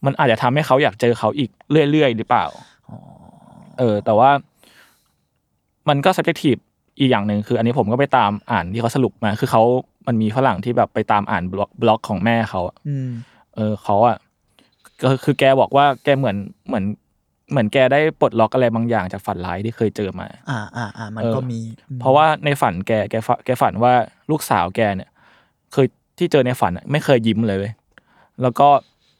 มันอาจจะทำให้เขาอยากเจอเขาอีกเรื่อยๆหรือเปล่าเออ แต่ว่า มันก็ subjective อีกอย่างหนึ่งคือ อันนี้ผมก็ไปตามอ่านที่เขาสรุปมา คือเขามันมีฝรั่งที่แบบไปตามอ่านบล็อกบล็อกของแม่เขาอะ อืม เออเขาอะก็คือแกบอกว่าแกเหมือนเหมือน เหมือนแกได้ปลดล็อกอะไรบางอย่างจากฝันร้ายที่เคยเจอมา อ่าอ่าอ่ามัน เออ ก็มีอืม เพราะว่าในฝันแกแกฝันแกฝันว่าลูกสาวแกเนี่ย เคยที่เจอในฝันอะไม่เคยยิ้มเลยเว้ยแล้วก็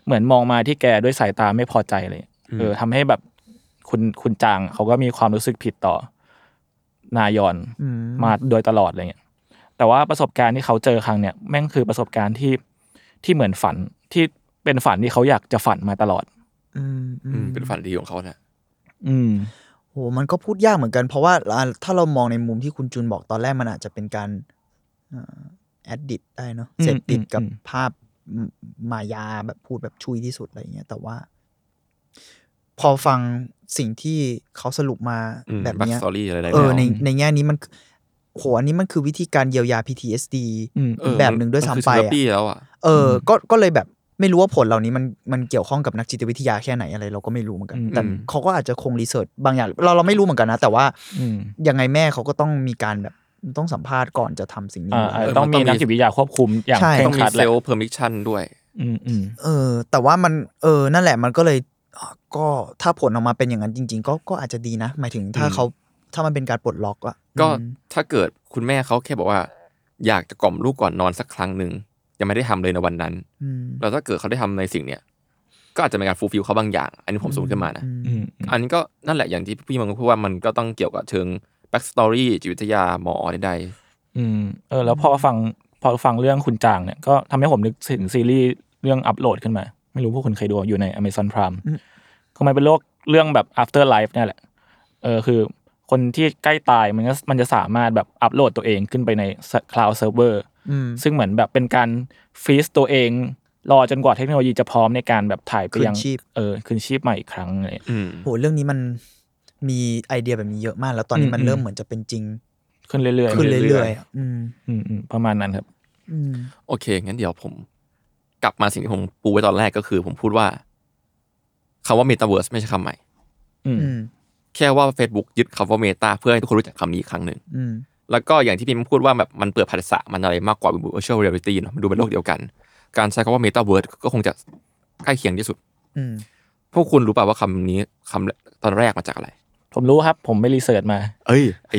เหมือนมองมาที่แกด้วยสายตาไม่พอใจเลย เออทำให้แบบคุณคุณจางเขาก็มีความรู้สึกผิดต่อนายอน อืม มาโดยตลอดอะไรเงี้ย แต่ว่าประสบการณ์ที่เขาเจอครั้งเนี่ยแม่งคือประสบการณ์ที่ที่เหมือนฝันที่เป็นฝันที่เขาอยากจะฝันมาตลอด อืมอื อื ม มเป็นฝันดีของเขาแหละ อืม โหมันก็พูดยากเหมือนกัน เพราะว่าอ่าถ้าเรามองในมุมที่คุณจุนบอกตอนแรกมันอาจจะเป็นการแอดดิกได้เนาะ อืม เสพติด อืม กับ อืม ภาพมายาแบบพูดแบบชุยที่สุดอะไรอย่างเงี้ยแต่ว่า พอฟังสิ่งที่เขาสรุปมา อืม แบบ บัก เนี้ย สตอรี่อะไรๆ เออ แล้ว ในในแง่นี้มันโหอันนี้มันคือวิธีการเยียวยา PTSD อืม เออ แบบหนึ่งด้วย มั ซ้ำไป คือเทอรา อะ ปี้แล้วอ่ะ เออก็ก็เลยแบบไม่รู้ว่าผลเหล่านี้มันมันเกี่ยวข้องกับนักจิตวิทยาแค่ไหนอะไรเราก็ไม่รู้เหมือนกัน อืม แต่ อืม เขาก็อาจจะคงรีเสิร์ชบางอย่างเราเราไม่รู้เหมือนกันนะ แต่ว่า อืม ยังไงแม่เขาก็ต้องมีการแบบต้องสัมภาษณ์ก่อนจะทำสิ่งนี้ อ่า อยู่ อาจแล้ว จะต้องมีนักจิตวิทยาควบคุมอย่าง ใช่ เคร่ ต้อง ง ค มี รัด เซ แหละ ลล์เพอร์มิชันด้วย อืมอืม เออ แต่ว่ามันเออนั่นแหละมันก็เลยอ่ะก็ถ้าผลออกมาเป็นอย่างนั้นจริง ๆ ก็ก็อาจจะดีนะ หมายถึงถ้า อืม เขาถ้ามันเป็นการปลดล็อกอะ ก็ อืม ถ้าเกิดคุณแม่เขาแค่บอกว่า อยากจะกล่อมลูกก่อนนอนสักครั้งหนึ่งยังไม่ได้ทำเลยในวันนั้น อืม แล้วถ้าเกิดเขาได้ทำในสิ่งเนี้ยก็อาจจะเป็นการฟูลฟิลเขาบางอย่าง อันนี้ผมสมมติขึ้นมานะ อืม อืม อันนี้ก็นั่นแหละอย่างที่พี่มังพูดว่ามันก็ต้องเกี่ยวกับเชิงแบ็กสตอรี่จิตวิทยาหมอใด อืมเออ แล้วพอฟังพอฟังเรื่องคุณจางเนี่ยก็ทำให้ผมนึกถึงซีรีส์เรื่องอัปโหลดขึ้นมา ไม่รู้พวกคุณเคยดูอยู่ใน Amazon Prime อืม คือมันเป็นโลกเรื่องแบบ after life เนี่ยแหละ เออคือคนที่ใกล้ตายมันก็มันจะสามารถแบบอัปโหลดตัวเองขึ้นไปใน cloud server อืม ซึ่งเหมือนแบบเป็นการฟรีซตัวเอง รอจนกว่าเทคโนโลยีจะพร้อมในการแบบถ่ายไปยัง คืนชีพ เออคืนชีพใหม่อีกครั้งอะไรอย่างเงี้ย ๆอืม โหเรื่องนี้มันมีไอเดียแบบนี้เยอะมาก แล้วตอน อื นี้ ม มัน อืม เริ่มเหมือนจะเป็นจริง ขึ้นเรื่อยๆ ขึ้น เรื่ เรื่อ อย ย ๆอะอืม อืมอืมประมาณนั้นครับ อืม โอเค งั้นเดี๋ยวผม กลับมาสิ่งที่ผมปูไว้ตอนแรกก็คือ ผมพูดว่าคำว่าเมตาเวิร์สไม่ใช่คำใหม่ อืม อืม แค่ว่า Facebook ยึดคำว่าเมตาเพื่อให้ทุกคนรู้จักคำนี้อีกครั้งหนึ่ง อืม แล้วก็อย่างที่พี่มันพูดว่าแบบมันเปิดภาษามันอะไรมากกว่า virtual reality เนอะมันดูเป็นโลกเดียวกัน การใช้คำว่า meta word ก็คงจะใกล้เคียงที่สุด อืม พวกคุณรู้ป่าวว่าคำนี้คำตอนแรกมาจากอะไร ผมรู้ครับ ผมไปรีเสิร์ชมา เอ้ยไอ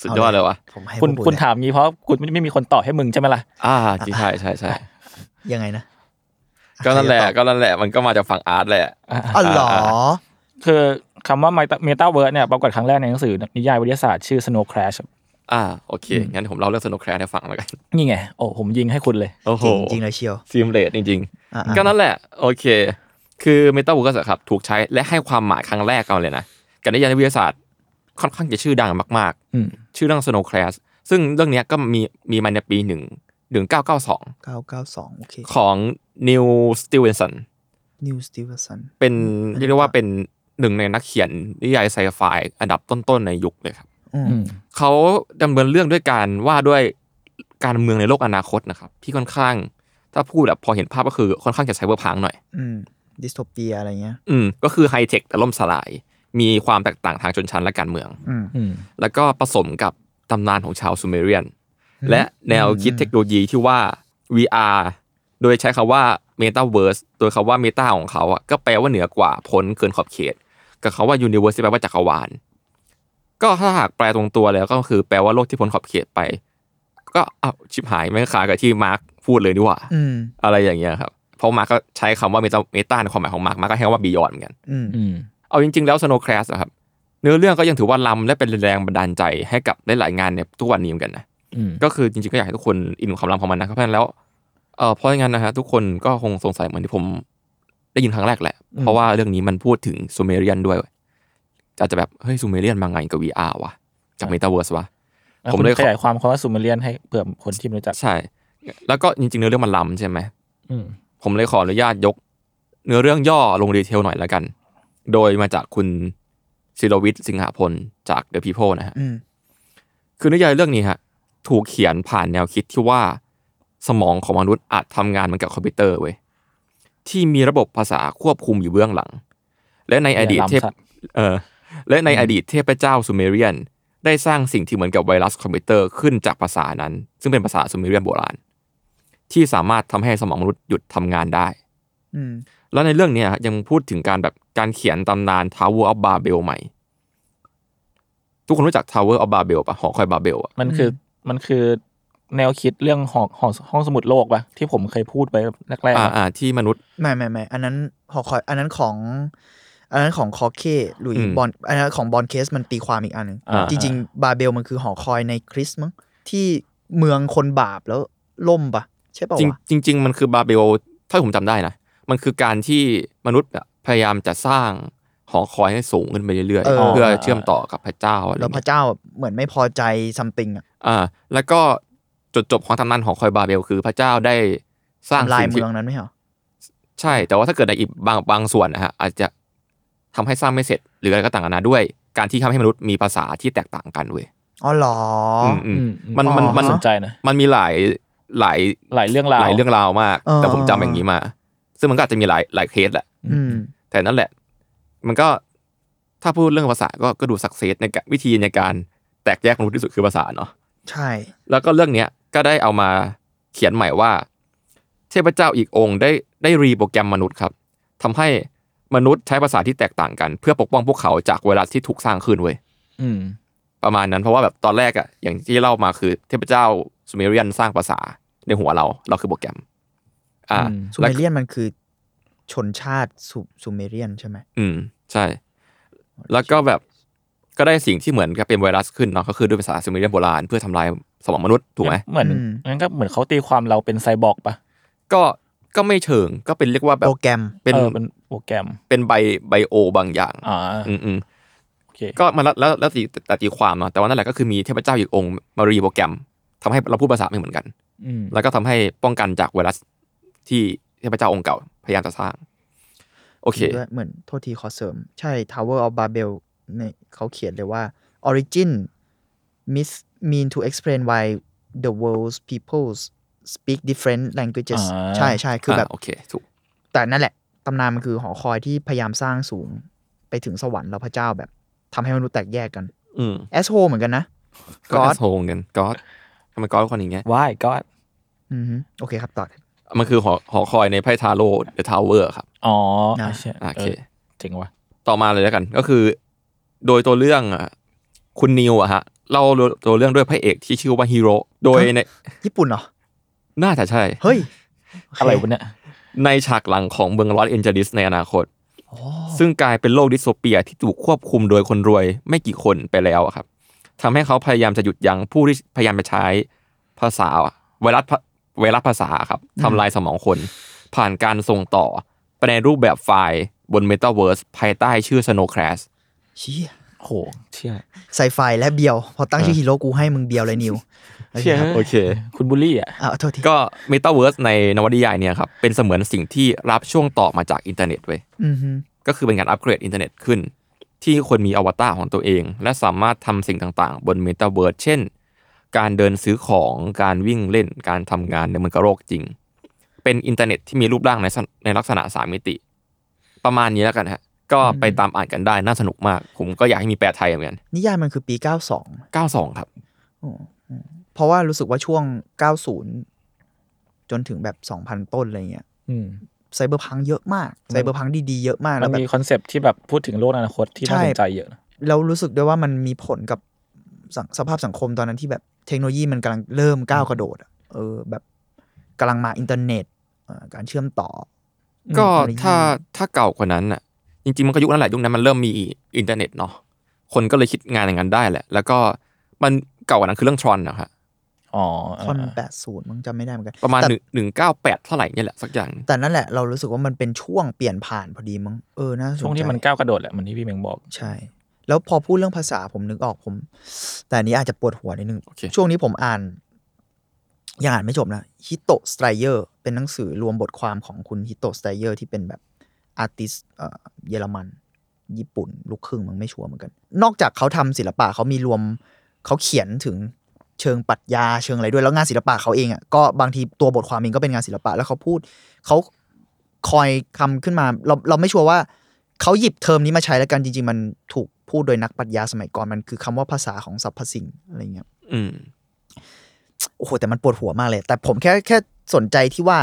สุดยอดเลยวะ ผมให้ คุณ พวก คุณ เนี่ย ถามงี้เพราะคุณไม่ไม่มีคนตอบให้มึงใช่ไหมล่ะ อ่าจริงใช่ใช่ใช่ ยังไงนะ ก็นั่นแหละ ใครจตอบ ก็นั่นแหละมันก็มาจากฝั่งอาร์ตแหละ อ๋อเหรอ คือคำว่าเมตาเวิร์สเนี่ยปรากฏครั้งแรกในหนังสือนิยายวิทยาศาสตร์ชื่อ Snow Crash อ่าโอเค งั้นผมเล่าเรื่องสนุกแคร์ให้ฟังแล้วกัน นี่ไง โอ้ผมยิงให้คุณเลย โอ้โห จริงจริงเลยเชียว ซีมเลดจริง อ่า ๆ ก็นั่นแหละ โอเค คือเมตาเวิร์สครับ ถูกใช้และให้ความหมายครั้งแรกเอาเลยนะกับนิยายวิทยาศาสตร์ค่อนข้างจะชื่อดังมาก อืม ๆ ชื่อเรื่อง Snow Crash ซึ่งเรื่องเนี้ยก็มีมีมาในปี1 1992 เก้าเก้าสองโอเค ของ Neil Stevenson นิวสตีเวสัน เป็น อันนี้ เรียกได้ว่า ก็ เป็นหนึ่งในนักเขียนนิยายไซไฟอันดับต้นๆในยุคเลยครับ อืม เขาดำเนินเรื่องด้วยการว่าด้วยการเมืองในโลกอนาคตนะครับ ที่ค่อนข้าง ถ้าพูดแบบพอเห็นภาพก็คือค่อนข้างจะไซเบอร์พังหน่อย อืม ดิสโทเปียอะไรเงี้ย อืมก็คือไฮเทคแต่ล่มสลาย มีความแตกต่างทางชนชั้นและการเมือง อืม อืม แล้วก็ผสมกับตำนานของชาวซูเมเรียน และแนวคิดเทคโนโลยีที่ว่า VR โดยใช้คำว่า Metaverse โดยคำว่า Meta ของเขาอ่ะก็แปลว่าเหนือกว่าพ้นเกินขอบเขต กับคำว่า Universe ที่แปลว่าจักรวาล ก็ถ้าหากแปลตรงตัวแล้วก็คือแปลว่าโลกที่พ้นขอบเขตไป ก็อ้าวชิบหายไม่ขายกับที่มาร์คพูดเลยดีกว่า อืม อะไรอย่างเงี้ยครับ เพราะมาร์คก็ใช้คำว่า Meta Meta ในความหมายของมาร์คมาร์คก็ใช้คำว่า Beyond เหมือนกัน อืม อืม เอาจริง ๆ แล้ว Snow Crash อะครับ เนื้อเรื่องก็ยังถือว่าล้ำและเป็นแรงบันดาลใจให้กับหลายๆงานในทุกวันนี้เหมือนกันนะ อืม ก็คือจริงๆ ก็อยากให้ทุกคนอินกับความล้ำของมันนะครับเพราะฉะนั้นแล้วเอ่อเพราะงั้นนะฮะทุกคนก็คงสงสัยเหมือนที่ผมได้ยินครั้งแรกแหละ อืม เพราะว่าเรื่องนี้มันพูดถึงซูเมเรียนด้วยอาจจะแบบ เฮ้ยซูเมเรียนมาไงกับ VR วะจากเมตาเวิร์สวะ แล้ว ผม คุณ เลยขอ ขยายความคำว่าซูเมเรียนให้เผื่อคนที่ไม่รู้จัก ใช่ แล้วก็จริงๆ เนื้อเรื่องมันล้ำใช่ไหม อืม ผมเลยขออนุญาตยก เนื้อเรื่องย่อลงดีเทลหน่อยแล้วกัน โดยมาจากคุณศิรวิทย์สิงหพลจาก The People นะฮะ อืม คือนิยายเรื่องนี้ฮะถูกเขียนผ่านแนวคิดที่ว่าสมองของมนุษย์อาจทำงานเหมือนกับคอมพิวเตอร์เว้ยที่มีระบบภาษาควบคุมอยู่เบื้องหลัง และในอดีตเทพ อย่าล้ำสัตว์ เออและในอดีตเทพเจ้าซูเมเรียน ได้สร้างสิ่งที่เหมือนกับไวรัสคอมพิวเตอร์ขึ้นจากภาษานั้น ซึ่งเป็นภาษาซูเมเรียนโบราณ ที่สามารถทำให้สมองมนุษย์หยุดทำงานได้ อืม แล้วในเรื่องเนี้ยฮะยังพูดถึงการแบบการเขียนตำนาน Tower of Babel ใหม่ ทุกคนรู้จัก Tower of Babel ปะหอคอยบาเบลอะ มันคือมันคือแนวคิดเรื่องหองหองห้องสมุดโลกปะที่ผมเคยพูดไปแรกๆ อ่า อะ อ่าที่มนุษย์ ไม่ไม่ไม่อันนั้นหอคอย อันนั้นของ อันนั้นของคอเคหลุย อืม บอลอันนั้นของบอลเคสมันตีความอีกอันหนึ่ง อ่า จริง ๆ บาเบลมันคือหอคอยในคริสต์มั้งที่เมืองคนบาปแล้วล่มปะใช่ปะ จริง วะ จริงๆมันคือบาเบลถ้าผมจำได้นะ มันคือการที่มนุษย์อะพยายามจะสร้างหอคอยให้สูงขึ้นไปเรื่อยๆ เพื่อเชื่อมต่อกับพระเจ้าอะไร แล้วพ เงี้ย ระเจ้าเหมือนไม่พอใจซัมติงอ่ะ อ่า แล้วก็จุดจบของตำนานหอคอยบาเบล คือพระเจ้าได้สร้าง ทำลาย สิ่งที่ เมืองนั้นไม่เหรอ ใช่ แต่ว่าถ้าเกิดในอีกบางบางส่วนนะฮะอาจจะทำให้สร้างไม่เสร็จหรืออะไรก็ต่างกันนะด้วย การที่ทำให้มนุษย์มีภาษาที่แตกต่างกันเว้ย อ๋อเหรออ มอืม อื มันมันมัน าสนใจนะ มันมีหลายหลาย หลายเรื่องราว หลายเรื่องราวมาก อ๋อ แต่ผมจำอย่างนี้มา ซึ่งมันก็อาจจะมีหลายหลายเคสแหละ อืม แต่นั่นแหละ มันก็ถ้าพูดเรื่องภาษาก็ก็ดูสักเซสในการวิธีในการแตกแยกมนุษย์ที่สุดคือภาษาเนาะ ใช่ แล้วก็เรื่องเนี้ยก็ได้เอามาเขียนใหม่ว่า เทพเจ้าอีกองค์ได้ได้รีโปรแกรมมนุษย์ครับทำให้มนุษย์ใช้ภาษาที่แตกต่างกัน เพื่อปกป้องพวกเขาจากไวรัสที่ถูกสร้างขึ้นเว้ย อืม ประมาณนั้นเพราะว่าแบบตอนแรกอะอย่างที่เล่ามาคือเทพเจ้าซูเมเรียนสร้างภาษาในหัวเรา เราคือโปรแกรม อ่า อืม ซูเม แล้ว เรียนมันคือชนชาติซูซูเมเรียนใช่ไหม อืมใช่ แล้วก็แบบก็ได้สิ่งที่เหมือนกับเป็นไวรัสขึ้นเนาะก็คือด้วยภาษาซูเมเรียนโบราณเพื่อทำลายสมองมนุษย์ถูกไหม เหมือน อืม งั้นก็เหมือนเขาตีความเราเป็นไซบอร์กปะ ก็ก็ไม่เชิงก็เป็นเรียกว่าแบ โป บ รแกรม เป็น ออเป็นโปรแกรม เป็นไบไบโอบางอย่าง อ่า อืมอืม โอเค ก็มันแล้วแล้วแล้วตีแต่ตีความเนาะแต่ว่านั่นแหละก็คือมีเทพเจ้าอีกองค์มารีโปรแกรมทำให้เราพูดภาษาไม่เหมือนกัน อืม แล้วก็ทำให้ป้องกันจากไวรัสที่เทพเจ้าองค์เก่าพยายามจะสร้าง โอเค ด้วยเหมือนโทษทีขอเสริม ใช่ Tower of Babel เนี่ยเขาเขียนเลยว่า origin mis mean to explain why the world's peoples speak different languages า ใช่ใช่คือแบบ าโอเคถูก แต่นั่นแหละ ตำนานมันคือหอคอยที่พยายามสร้างสูงไปถึงสวรรค์แล้วพระเจ้าแบบทำให้มนุษย์แตกแยกกัน อืม แอสโฮเหมือนกันนะ ก็ God โฮงกันก็ทำไมก็คนอย่างเงี้ย ว้ายก็อด อือฮึโอเคครับต่อ มันคือหอหอคอยในไพ่ทาโร่เดอะทาวเวอร์ครับ อ๋อ นะ เชี่ย โอเค ออเจ๋งว่ะ ต่อมาเลยแล้วกัน ก็คือ โดยตัวเรื่องอะคุณนิวอะฮะเล่าตัวเรื่องด้วยพระเอกที่ชื่อว่าฮีโร่โดยใน ญี่ปุ่นเหรอ น่าจะใช่ เฮ้ย อะไรวะเนี่ย ในฉากหลังของเมืองลอสแอนเจลิสในอนาคต ซึ่งกลายเป็นโลกดิสโทเปียที่ถูกควบคุมโดยคนรวยไม่กี่คนไปแล้วอะครับทำให้เขาพยายามจะหยุดยั้งผู้ที่พยายามจะใช้ภาษาไวรัสพะไวรัสภาษาครับทำลายสมองคน ผ่านการส่งต่อไปในรูปแบบไฟล์บน Metaverse ภายใต้ชื่อ Snow Crash เชี่ย โห เชี่ย ไซไฟและเบียว พอตั้งชื่อฮีโร่กูให้มึงเบียวเลยนิว เชี่ยโอเค คุณบุลลี่อ่ะ อ่าโทษที ก็ Metaverse ในนวนิยายเนี่ยครับเป็นเสมือนสิ่งที่รับช่วงต่อมาจากอินเทอร์เน็ตเว้ย อือฮึ ก็คือเป็นการอัปเกรดอินเทอร์เน็ตขึ้น ที่คนมีอวตารของตัวเอง และสามารถทำสิ่งต่างๆ บนเมตาเวิร์ดเช่น การเดินซื้อของการวิ่งเล่นการทำงานในเมืองกระโลกจริง เป็นอินเทอร์เน็ตที่มีรูปร่างในสในลักษณะสามมิติ ประมาณนี้แล้วกันฮะก็ไปตามอ่านกันได้น่าสนุกมาก ผมก็อยากให้มีแปลไทยเหมือนกัน นิยายมันคือปี 92 92 ครับ เพราะว่ารู้สึกว่าช่วง 90 จนถึงแบบ 2,000 ต้นอะไรเงี้ย อืม ไซเบอร์พังเยอะมากไซเบอร์พังดีๆเยอะมากแล้ มัน วแบบ มีคอนเซปต์ที่แบบพูดถึงโลกอนาคตที่น่า ใช่ สนใจเยอะนะ แล้วรู้สึกด้วยว่ามันมีผลกับสังสภาพสังคมตอนนั้นที่แบบเทคโนโลยีมันกำลังเริ่มก้าวกระโดดอะเออแบบกำลังมาอินเทอร์เน็ตเอ่อการเชื่อมต่อ ก็ อืม ถ้าถ้าเก่ากว่านั้นอ่ะจริงๆ มันก็ยุคนั้นแหละยุคนั้นมันเริ่มมีอินเทอร์เน็ตเนาะคนก็เลยคิดงานอย่างนั้นได้แหละ แล้วก็มันเก่ากว่านั้นคือเรื่องทรอนนะครับ อ๋อ คอน อ่า แปดศูนย์มึงจำไม่ได้เหมือนกัน ประมาณ แต่ หนึ่งหนึ่งเก้าแปดเท่าไหร่เนี่ยแหละสักอย่าง แต่นั่นแหละเรารู้สึกว่ามันเป็นช่วงเปลี่ยนผ่านพอดีมั้งเออน่าสนใจ ช่วงที่มันก้าวกระโดดแหละเหมันที่พี่เมงบอก ใช่ แล้วพอพูดเรื่องภาษาผมนึกออกผม แต่อันนี้อาจจะปวดหัวนิดนึง โอเค ช่วงนี้ผมอ่าน ยังอ่านไม่จบนะฮิโตสไตรเยอร์เป็นหนังสือรวมบทความของคุณฮิโตสไตรเยอร์ที่เป็นแบบอาร์ติสเยอรมัน ญี่ปุ่น ลูกครึ่งมันไม่ชัวร์เหมือนกัน นอกจากเขาทำศิลปะเขามีรวมเขาเขียนถึงเชิงปรัชญาเชิงอะไรด้วยแล้วงานศิลปะเขาเองอ่ะก็บางทีตัวบทความเองก็เป็นงานศิลปะแล้วเขาพูด เขาคอยคำขึ้นมา เราเราไม่ชัวร์ว่า เขาหยิบเทอมนี้มาใช้แล้วกันจริง ๆ มันถูกพูดโดยนักปรัชญาสมัยก่อนมันคือคำว่าภาษาของสรรพสิ่งอะไรเงี้ย อืม โอ้โห แต่มันปวดหัวมากเลย แต่ผมแค่แค่สนใจที่ว่า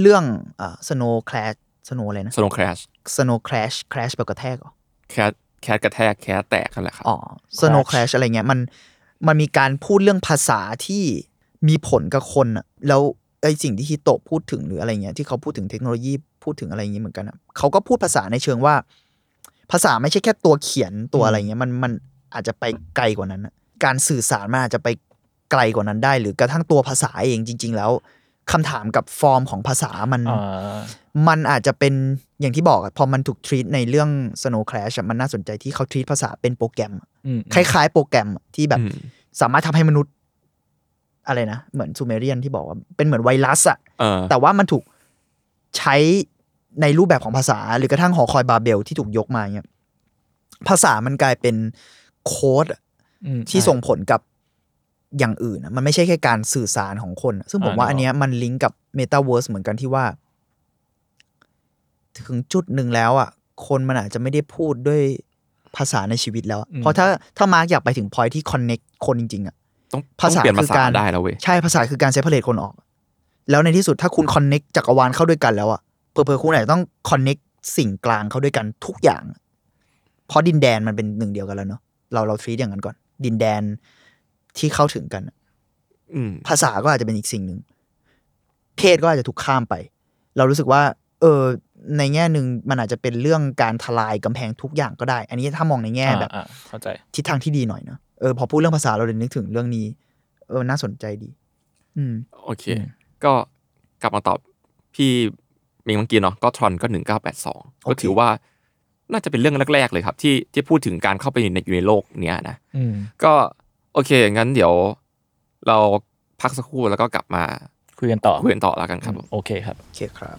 เรื่องอ่าสโนว์แคลชสโนอะไรนะ สโนคราช สโนว์แคลชแคลชแบบกระแทกเหรอ แคทแคทกระแทกแคทแตกกันแหละครับ อ๋อสโนว์แคลชอะไรเงี้ยมันมันมีการพูดเรื่องภาษาที่มีผลกับคนอะแล้วไอสิ่งที่ฮิโตะพูดถึงหรืออะไรเงี้ยที่เขาพูดถึงเทคโนโลยีพูดถึงอะไรอย่างงี้เหมือนกันอะเขาก็พูดภาษาในเชิงว่า ภาษาไม่ใช่แค่ตัวเขียนตัวอะไรเงี้ยมันมันอาจจะไปไกลกว่านั้นอะการสื่อสารมันอาจจะไปไกลกว่านั้นได้ หรือกระทั่งตัวภาษาเองจริง ๆ แล้วคำถามกับฟอร์มของภาษามัน อ่า มันอาจจะเป็นอย่างที่บอกอะพอมันถูกทรีตในเรื่อง Snow Crash อะมันน่าสนใจที่เขาทรีตภาษาเป็นโปรแกรมอะ อืม คล้ายๆ โปรแกรมอะที่แบบ อืม สามารถทำให้มนุษย์อะไรนะ เหมือนซูเมเรียนที่บอกว่าเป็นเหมือนไวรัสอะ เออ แต่ว่ามันถูกใช้ในรูปแบบของภาษา หรือกระทั่งหอคอยบาเบลที่ถูกยกมาเนี่ยภาษามันกลายเป็นโค้ดอะ อืม ที่ส่งผลกับอย่างอื่นอะมันไม่ใช่แค่การสื่อสารของคนอะซึ่งผม อ่า ว่า นึกออก อันเนี้ยมันลิงก์กับเมตาเวิร์สเหมือนกันที่ว่า ถึงจุดหนึ่งแล้วอ่ะ คนมันอาจจะไม่ได้พูดด้วยภาษาในชีวิตแล้วอะเพราะถ้าถ้ามาร์กอยากไปถึงพอยที่คอนเน็กคนจริง ๆ อ่ะ ต้อง ภาต้ษาองเปลี่ยนภา คือ ษาก การ ได้แล้วเว้ย ใช่ภาษาคือการเซ p เ r เ t ตคนออก แล้วในที่สุดถ้าคุณคอนเน็กจักรวาลเข้าด้วยกันแล้วอ่ะเพอเพอคุณอาจจะต้องคอนเน็กสิ่งกลางเข้าด้วยกันทุกอย่าง เพราะดินแดนมันเป็นหนึ่งเดียวกันแล้วเนาะเราเราทรีตอย่างนั้นก่อน ดินแดนที่เข้าถึงกันอะ อืม ภาษาก็อาจจะเป็นอีกสิ่งหนึ่ง เพศก็อาจจะถูกข้ามไป เรารู้สึกว่า เออ ในแง่หนึ่งมันอาจจะเป็นเรื่องการทลายกำแพงทุกอย่างก็ได้ อันนี้ถ้ามองในแง่ อ่า แบบ อ่าเข้าใจ ทิศทางที่ดีหน่อยเนาะเออพอพูดเรื่องภาษาเราเลยนึกถึงเรื่องนี้ เออน่าสนใจดี อืม โอเค ก็กลับมาตอบพี่มิงเมื่อกี้เนาะก็ทรอนก็หนึ่งเก้าแปดสอง โอเค ก็ถือว่าน่าจะเป็นเรื่องแรก ๆ เลยครับ ที่ที่พูดถึงการเข้าไปในอยู่ในโลกเนี้ยนะ อืม ก็โอเค งั้นเดี๋ยวเราพักสักครู่แล้วก็กลับมา คุยกันต่อ คุยกันต่อแล้วกันครับผม โอเคครับ โอเคครับ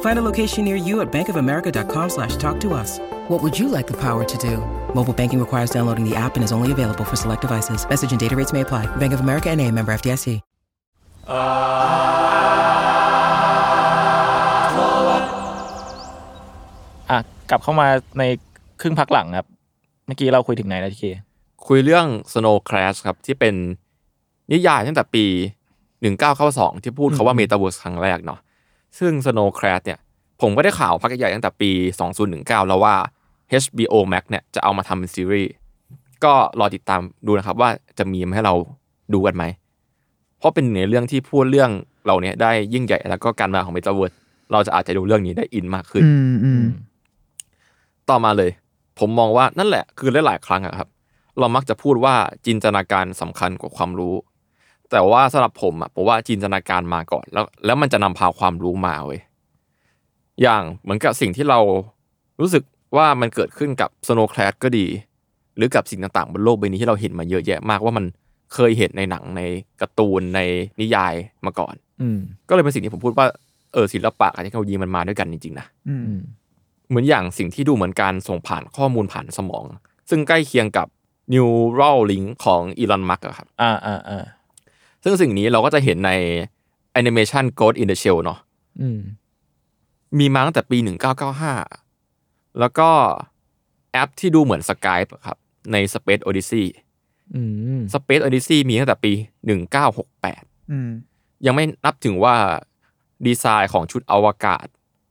Find a location near you at bankofamerica.com slash talk to us. What would you like the power to do? Mobile banking requires downloading the app and is only available for select devices. Message and data rates may apply. Bank of America and a member FDIC. ค กลับเข้ามาในครึ่งพักหลังครับ เมื่อกี้เราคุยถึงไหนนะทีเค คุยเรื่อง Snow Crash ครับ ที่เป็นนิยายตั้งแต่ปี 1992 ที่พูดเขาว่า Metaverse ครั้งแรกเนาะซึ่ง Snow Crash เนี่ย ผมก็ได้ข่าวพักใหญ่ๆตั้งแต่ปี 2019 แล้วว่า HBO Max เนี่ยจะเอามาทำเป็นซีรีส์ ก็รอติดตามดูนะครับว่าจะมีมาให้เราดูกันไหม เพราะเป็นหนึ่งในเรื่องที่พูดเรื่องเราเนี่ยได้ยิ่งใหญ่แล้วก็การมาของ Metaverse เราจะอาจจะดูเรื่องนี้ได้อินมากขึ้น อืมอืม ต่อมาเลย ผมมองว่านั่นแหละคือหลายๆครั้งอะครับ เรามักจะพูดว่าจินตนาการสำคัญกว่าความรู้ แต่ว่าสำหรับผมอะผมว่าจินตนาการมาก่อน แล้ว แล้วมันจะนำพาความรู้มาเว้ยอย่างเหมือนกับสิ่งที่เรารู้สึกว่ามันเกิดขึ้นกับสโนว์แคลดก็ดี หรือกับสิ่งต่างๆบนโลกใบนี้ที่เราเห็นมาเยอะแยะมากว่ามันเคยเห็นในหนังในการ์ตูนในนิยายมาก่อน อืม ก็เลยเป็นสิ่งที่ผมพูดว่าเออศิลปะกับเทคโนโลยีมันมาด้วยกันจริงๆนะ อืม เหมือนอย่างสิ่งที่ดูเหมือนการส่งผ่านข้อมูลผ่านสมอง ซึ่งใกล้เคียงกับ neural link ของอีลอนมัสก์ครับ อ่าอ่าอ่า ซึ่งสิ่งนี้เราก็จะเห็นใน animation Ghost in the Shell เนาะ อืม มีมาตั้งแต่ปี 1995 แล้วก็แอปที่ดูเหมือน Skype อะครับ ใน Space Odyssey อืม Space Odyssey มีตั้งแต่ปี 1968 อืม ยังไม่นับถึงว่าดีไซน์ของชุดอวกาศ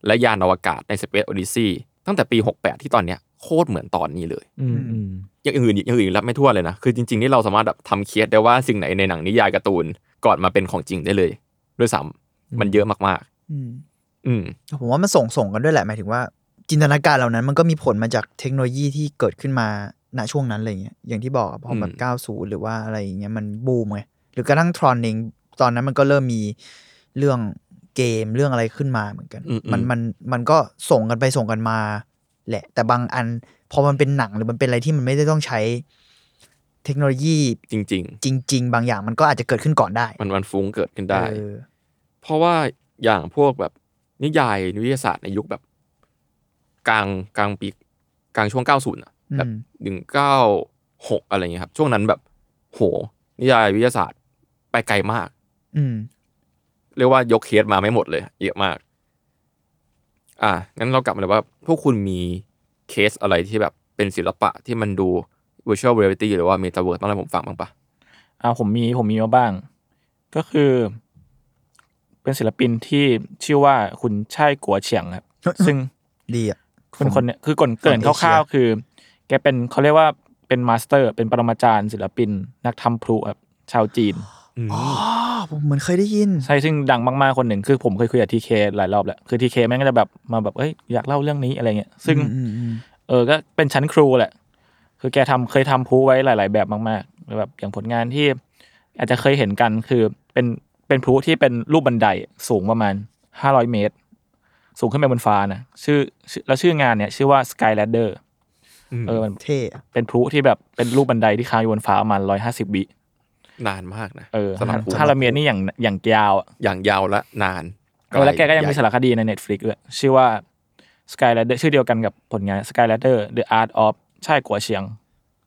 และยานอวกาศใน Space Odyssey ตั้งแต่ปี 68 ที่ตอนเนี้ยโคตรเหมือนตอนนี้เลย อืมอืม อย่างอื่นอีกอย่างอื่นรับไม่ทั่วนเลยนะ คือจริงๆ นี่เราสามารถแบบทำเคสได้ว่าสิ่งไหนในหนังนิยายการ์ตูนก่อนมาเป็นของจริงได้เลย ด้วยซ้ำมันเยอะมาก อืม ๆ อืม ผมว่ามันส่งส่งกันด้วยแหละหมายถึงว่า จินตนาการเหล่านั้นมันก็มีผลมาจากเทคโนโลยีที่เกิดขึ้นมาณช่วงนั้นอะไรเงี้ยอย่างที่บอกอะพอแบ อื บ ม 90 หรือว่าอะไรอย่างเงี้ยมันบูมไงหรือกระทั่งทรอนเองตอนนั้นมันก็เริ่มมีเรื่องเกมเรื่องอะไรขึ้นมาเหมือนกัน อืมอืม มันมันมันก็ส่งกันไปส่งกันมา แหละ แต่บางอันพอมันเป็นหนังหรือมันเป็นอะไรที่มันไม่ได้ต้องใช้เทคโนโลยี จริง จริง ๆ บางอย่างมันก็อาจจะเกิดขึ้นก่อนได้ ๆ มันมันฟุ้งเกิดขึ้นได้ เออ เพราะว่าอย่างพวกแบบนิยายนิวิทยาศาสตร์ในยุคแบบ กลางกลางปีกลางช่วง 90อะ อื แบบ ม 196 อะไรเงี้ยครับ ช่วงนั้นแบบ โห นิยายวิทยาศาสตร์ไปไกลมาก อืม เรียกว่ายกเคสมาไม่หมดเลย เยอะมาก อ่ะงั้นเรากลับมาเลยว่า พวกคุณมีเคสอะไรที่แบบเป็นศิลปะที่มันดู virtual reality หรือว่า metaverse ต้องให้ผมฟังบ้างปะ อ่าผมมีผมมีมาบ้าง ก็คือ เป็นศิลปินที่ชื่อว่าคุณช่ายกัวเฉียงครับ ซึ่ง ดีอ่ะ คนคนเนี่ยคือก่อนเกริน เอ ค เชีย ร่าวๆคือ แกเป็นเขาเรียกว่าเป็นมาสเตอร์ เป็นปรมาจารย์ศิลปิน นักทำพลุครับชาวจีน อ๋อผมเหมือนเคยได้ยิน ใช่ซึ่งดังมากๆคนหนึ่งคือผมเคยคุยกับทีเคหลายรอบแหละคือทีเคแม่งก็จะแบบมาแบบเอ้ยอยากเล่าเรื่องนี้อะไรเงี้ยซึ่ง อืมอืม เออ ก็เป็นชั้นครูแหละ คือแกทำเคยทำพูไว้หลาย ๆ แบบมากๆ แบบอย่างผลงานที่อาจจะเคยเห็นกันคือเป็นเป็นพูที่เป็นรูปบันไดสูงประมาณห้าร้อยเมตร สูงขึ้นไปบนฟ้านะชื่อชื่อแล้วชื่องานเนี่ยชื่อว่า Sky Ladder เออมัน เท่อะ เป็นพลุที่แบบเป็นรูปบันไดที่ค้างอยู่บนฟ้าประมาณร้อยห้าสิบวิ นานมากนะ เออ สำหรับผม ห้าร้อยเมตรนี่อย่างอย่างยาวอะ อย่างยาวและนาน เออแล้วแกก็ยังมีสาร ใหญ่ คดีใน Netflix ด้วยชื่อว่า Sky Ladder ชื่อเดียวกันกับผลงาน Sky Ladder The Art of ช่ายกัวเชียง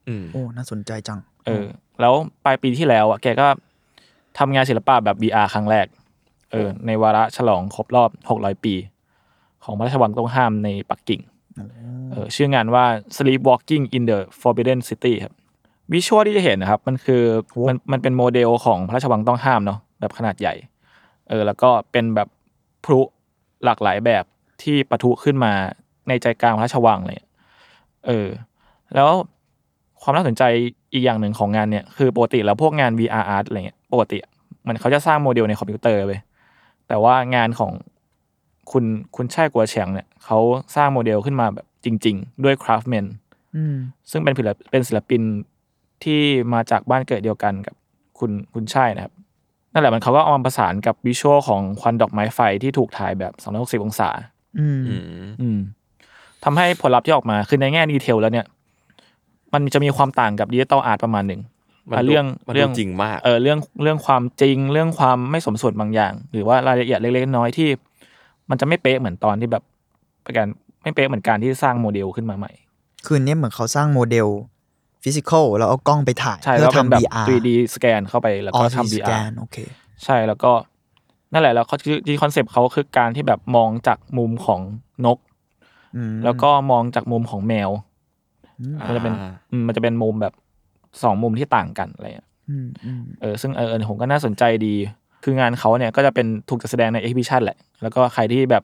อืม โอ้น่าสนใจจัง เออ แล้วปลายปีที่แล้วอ่ะแกก็ทำงานศิลปะแบบ VR ครั้งแรก เออ ในวาระฉลองครบรอบ 600 ปี ของพระราชวังต้องห้ามในปักกิ่ง เออ ชื่องานว่า Sleepwalking in the Forbidden City ครับ วิชวลที่จะเห็นนะครับ มันคือมันมันเป็นโมเดลของพระราชวังต้องห้ามเนาะแบบขนาดใหญ่ เออ แล้วก็เป็นแบบพลุหลากหลายแบบที่ปะทุขึ้นมาในใจกลางพระราชวังเลย เออ แล้วความน่าสนใจอีกอย่างหนึ่งของงานเนี่ย คือปกติแล้วพวกงาน VR art อะไรเงี้ยปกติ มันเขาจะสร้างโมเดลในคอมพิวเตอร์ไปแต่ว่างานของคุณคุณช่ายกัวเฉียงเนี่ยเขาสร้างโมเดลขึ้นมาแบบจริง ๆ ด้วย craftsman อืม ซึ่งเป็นศิลปเป็นศิลปินที่มาจากบ้านเกิดเดียวกันกับคุณคุณช่ายนะครับ นั่นแหละมันเขาก็เอามาประสานกับวิชวลของควันดอกไม้ไฟที่ถูกถ่ายแบบ 360 องศา อืม อืม อืมทำให้ผลลัพธ์ที่ออกมาคือในแง่ดีเทลแล้วเนี่ย มันจะมีความต่างกับดิจิตอลอาร์ตประมาณหนึ่ง มัน อ่ะ ดู เรื่อง มัน เรื่ ดู อง จริงมาก เออเรื่องเรื่องความจริง เรื่องความไม่สมส่วนบางอย่าง หรือว่ารายละเอียดเล็กๆน้อยๆที่ มันจะไม่เป๊ะเหมือนตอนที่แบบประการไม่เป๊ะเหมือนการที่สร้างโมเดลขึ้นมาใหม่ คืนนี้เหมือนเขาสร้างโมเดลฟิสิกอลแล้วเอากล้องไปถ่าย ใช่ เพื่ แล้ว อ เป็น ทำ แบบ VR 3D สแกนเข้าไปแล้ว อ๋อ ก็ 3 ทำ สแก VR นโอเค ใช่แล้วก็นั่นแหละแล้วเขาที่คอนเซปต์เขาคือการที่แบบมองจากมุมของนก อืม แล้วก็มองจากมุมของแมว อ่า มันจะเป็นอืมมันจะเป็นมุมแบบสองมุมที่ต่างกันอะไรเงี้ย อืมอืม เออซึ่งเออเออผมก็น่าสนใจดี คืองานเขาเนี่ยก็จะเป็นถูกจัดแสดงในเอ็กซิบิชันแหละ แล้วก็ใครที่แบบ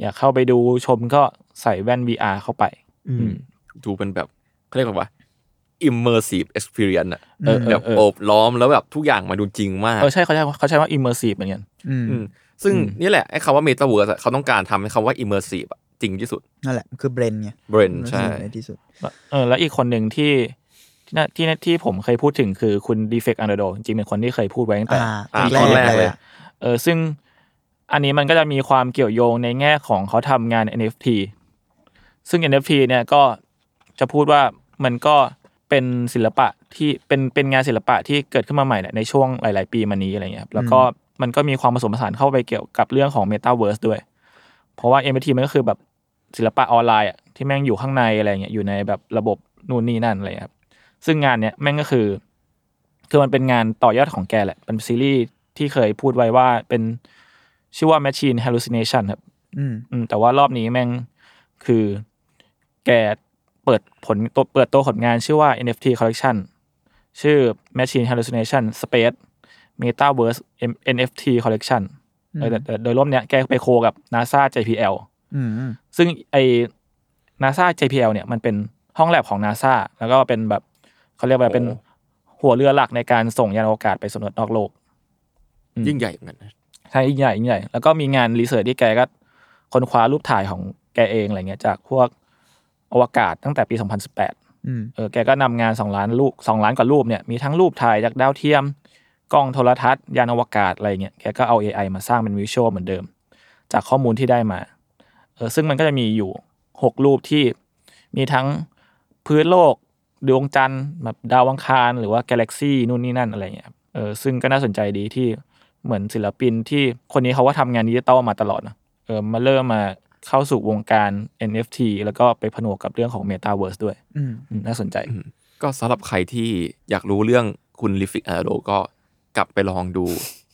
อยากเข้าไปดูชมก็ใส่แว่น VR เข้าไป อืมดูเป็นแบบเขาเรียกว่า immersive experience อะ เออเออ แบบ เออ โอบล้อมแล้วแบบทุกอย่างมาดูจริงมาก เออใช่เขาใช้เขาใช้ว่า immersive เหมือนกัน อืม อืมซึ่งนี่แหละไอ้คำว่า metaverse อะเขาต้องการทำให้คำว่า immersive อะจริงที่สุด นั่นแหละคือเบรนไง brain ใช่ ในที่สุด แล้วเออแล้วอีกคนหนึ่งที่ที่น่าที่น่าที่ผมเคยพูดถึงคือคุณ Defect Underdo จริงๆเป็นคนที่เคยพูดไว้ตั้งแต่ อ่า อ่า คนแรก คนแรก เล เลย ย อะ เออซึ่งอันนี้มันก็จะมีความเกี่ยวโยงในแง่ของเขาทำงาน NFT ซึ่ง NFT เนี่ยก็จะพูดว่ามันก็เป็นศิลปะที่เป็นเป็นงานศิลปะที่เกิดขึ้นมาใหม่เนี่ยในช่วงหลาย ๆ ปีมานี้อะไรเงี้ยครับแล้วก็มันก็มีความผสมผสานเข้าไปเกี่ยวกับเรื่องของ Metaverse ด้วย เพราะว่า NFT มันก็คือแบบศิลปะออนไลน์อะที่แม่งอยู่ข้างในอะไรเงี้ยอยู่ในแบบระบบนู่นนี่นั่นอะไรเงี้ยครับซึ่งงานเนี้ยแม่งก็คือ คือมันเป็นงานต่อยอดของแกแหละ เป็นซีรีส์ที่เคยพูดไว้ว่าเป็นชื่อว่า Machine Hallucination ครับ อืม อืมแต่ว่ารอบนี้แม่งคือแกเปิดผลตัวเปิดตัวผลงานชื่อว่า NFT Collection ชื่อ Machine Hallucination Space Metaverse M- NFT Collection เออแต่แต่โดยรอบเนี้ยแกไปโคกับ NASA JPL อืมอืม ซึ่งไอ NASA JPL เนี่ยมันเป็นห้องแลบของ NASA แล้วก็เป็นแบบเขาเรียกว่าเป็น โอ้ หัวเรือหลักในการส่งยานอวกาศไปสำรวจนอกโลก อืม ยิ่งใหญ่เหมือนกันนะ ใช่ยิ่งใหญ่ยิ่งใหญ่ แล้วก็มีงานรีเสิร์ชที่แกก็ค้นคว้ารูปถ่ายของแกเองอะไรเงี้ยจากพวกอวกาศตั้งแต่ปี 2018 อืม เออแกก็นำงาน 2 ล้านรูป2ล้านกว่ารูปเนี่ยมีทั้งรูปถ่ายจากดาวเทียม กล้องโทรทัศน์ ยานอวกาศอะไรเงี้ยแกก็เอา AI มาสร้างเป็นวิชวลเหมือนเดิม จากข้อมูลที่ได้มาเออซึ่งมันก็จะมีอยู่ 6 รูปที่มีทั้งพื้นโลก ดวงจันทร์แบบดาวอังคาร หรือว่ากาแล็กซี่นู่นนี่นั่นอะไรเงี้ยครับเออซึ่งก็น่าสนใจดีที่เหมือนศิลปินที่คนนี้เขาก็ทำงานดิจิตอลมาตลอดนะเออมาเริ่มมาเข้าสู่วงการ NFT แล้วก็ไปผนวกกับเรื่องของ Metaverse ด้วย อืม อืมน่าสนใจ ก็สำหรับใครที่อยากรู้เรื่องคุณลิฟิกอาโดก็กลับไปลองดู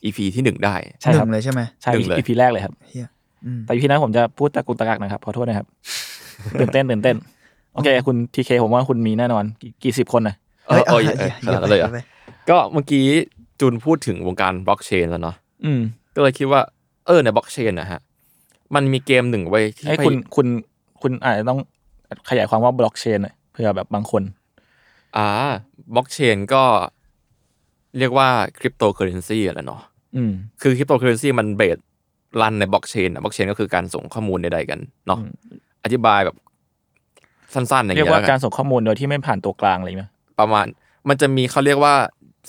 EP ที่หนึ่งได้ ใช่ ห ค นึ่ รับ งเลยใช่ไหม ใช่ หนึ่งเลย อีพีแรกเลยครับ เฮียอืม แต่อีพีนั้นผมจะพูดตะกุกตะกักนะครับ ขอโทษ นะครับ ตื่นเต้นตื่นเต้น โอเค คุณทีเคผมว่าคุณมีแน่นอน กี่กี่สิบคนนะ เออเออ หี้ เออข หี้ นาดนั้นเลยเหรอ ไป ก็เมื่อกี้จุนพูดถึงวงการบล็อกเชนแล้วเนาะ อืม ก็เลยคิดว่า เออในบล็อกเชนนะฮะ มันมีเกมหนึ่งไว้ยที่ ให้ ไป คุณคุณคุณอาจจะต้องขยายความว่าบล็อกเชนหน่อยเผื่อแบบบางคน อ่าบล็อกเชนก็เรียกว่าคริปโตเคอเรนซีแหละเนาะ อืม คือคริปโตเคอเรนซีมันเบสรันในบล็อกเชนอะบล็อกเชนก็คือการส่งข้อมูลใดๆกันเนาะ อธิบายแบบสั้นๆอย่าง เรียกเงี้ย ว่า แล้ว กา กั ร น ส่งข้อมูลโดยที่ไม่ผ่านตัวกลางอะไรไหม ประมาณ มันจะมีเขาเรียกว่า